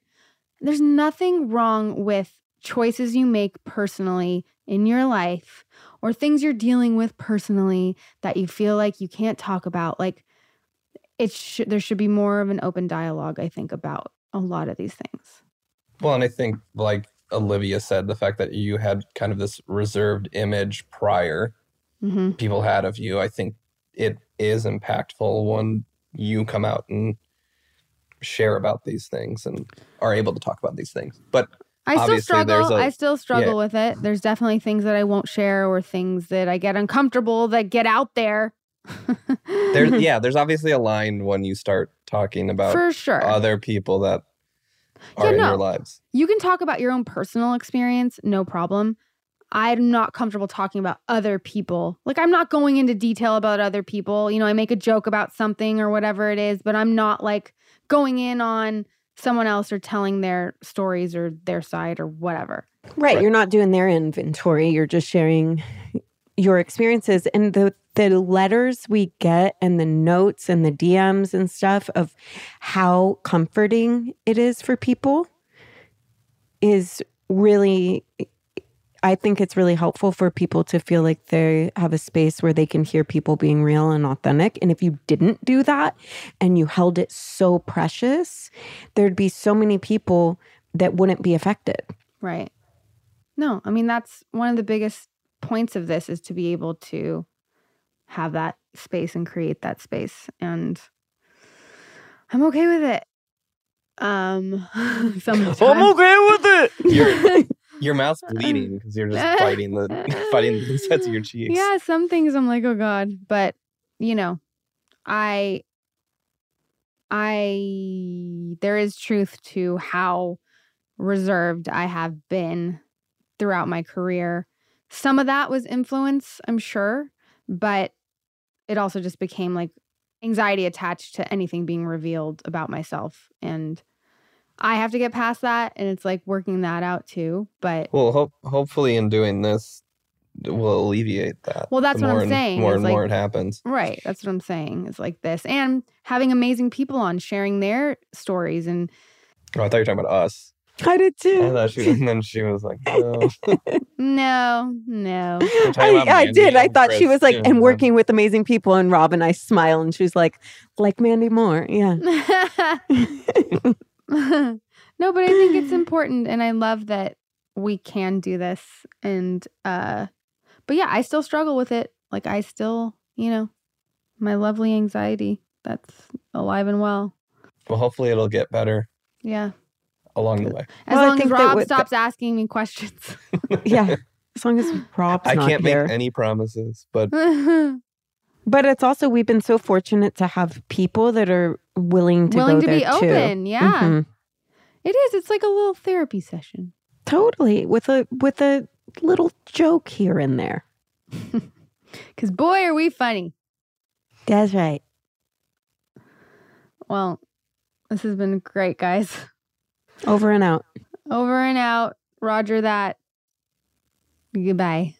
There's nothing wrong with choices you make personally in your life or things you're dealing with personally that you feel like you can't talk about. Like it should there should be more of an open dialogue, I think, about a lot of these things.
Well, and I think like Olivia said, the fact that you had kind of this reserved image prior
Mm-hmm.
people had of you, I think it is impactful when you come out and share about these things and are able to talk about these things. But
I still
Obviously, there's
struggle.
a-
I still struggle with it. There's definitely things that I won't share or things that I get uncomfortable that get out there.
there's yeah, there's obviously a line when you start talking about
Mm-hmm. For sure.
other people that
Yeah,
are in
no.
your lives.
you can talk about your own personal experience, no problem. I'm not comfortable talking about other people. Like, I'm not going into detail about other people. You know, I make a joke about something or whatever it is, but I'm not like going in on someone else or telling their stories or their side or whatever.
Right,
Right.
you're not doing their inventory. You're just sharing your experiences and the the letters we get and the notes and the DMs and stuff of how comforting it is for people is really I think it's really helpful for people to feel like they have a space where they can hear people being real and authentic. And if you didn't do that and you held it so precious, there'd be so many people that wouldn't be affected.
Right. No, I mean that's one of the biggest points of this is to be able to have that space and create that space and I'm okay with it. Um sometimes.
okay with
Your your mouth's bleeding because you're just fighting the fighting the insides of your cheeks.
Yeah, some things I'm like, "Oh god," but you know, I I there is truth to how reserved I have been throughout my career. Some of that was influence, I'm sure, but it also just became like anxiety attached to anything being revealed about myself and I have to get past that and it's like working that out too, but
Well, hope hopefully in doing this, will alleviate that.
Well, that's
The
what I'm
more and-
saying,
More
is
and
like-
more it happens.
Right. That's what I'm saying. It's like this. And having amazing people on sharing their stories and
Oh, I thought you were talking about us.
I did too.
I thought she, and then she was like, no.
no, no.
We're talking
I,
about
I
Mandy
did. I
and
thought she
Chris,
was like,
too.
and working with amazing people. And Rob and I smile, and she was like, like Mandy Moore. Yeah.
no, but I think it's important and I love that we can do this and uh but yeah, I still struggle with it. Like I still, you know, my lovely anxiety that's alive and well.
Well, hopefully it'll get better
Yeah.
along the way.
As
Well, I
long as
think that
Rob
what-
stops asking me questions.
Yeah. As long as Rob's
I
not
can't
here.
make any promises, but
willing
but it's also, we've been so fortunate to have people that are willing to go
to
there
be
too.
open. Yeah.
Mhm.
It is. It's like a little therapy session.
Totally. With a, with a little joke here and there.
Because boy, are we funny.
That's right.
Well, this has been great, guys.
Over and out.
Over and out. Roger that. Goodbye.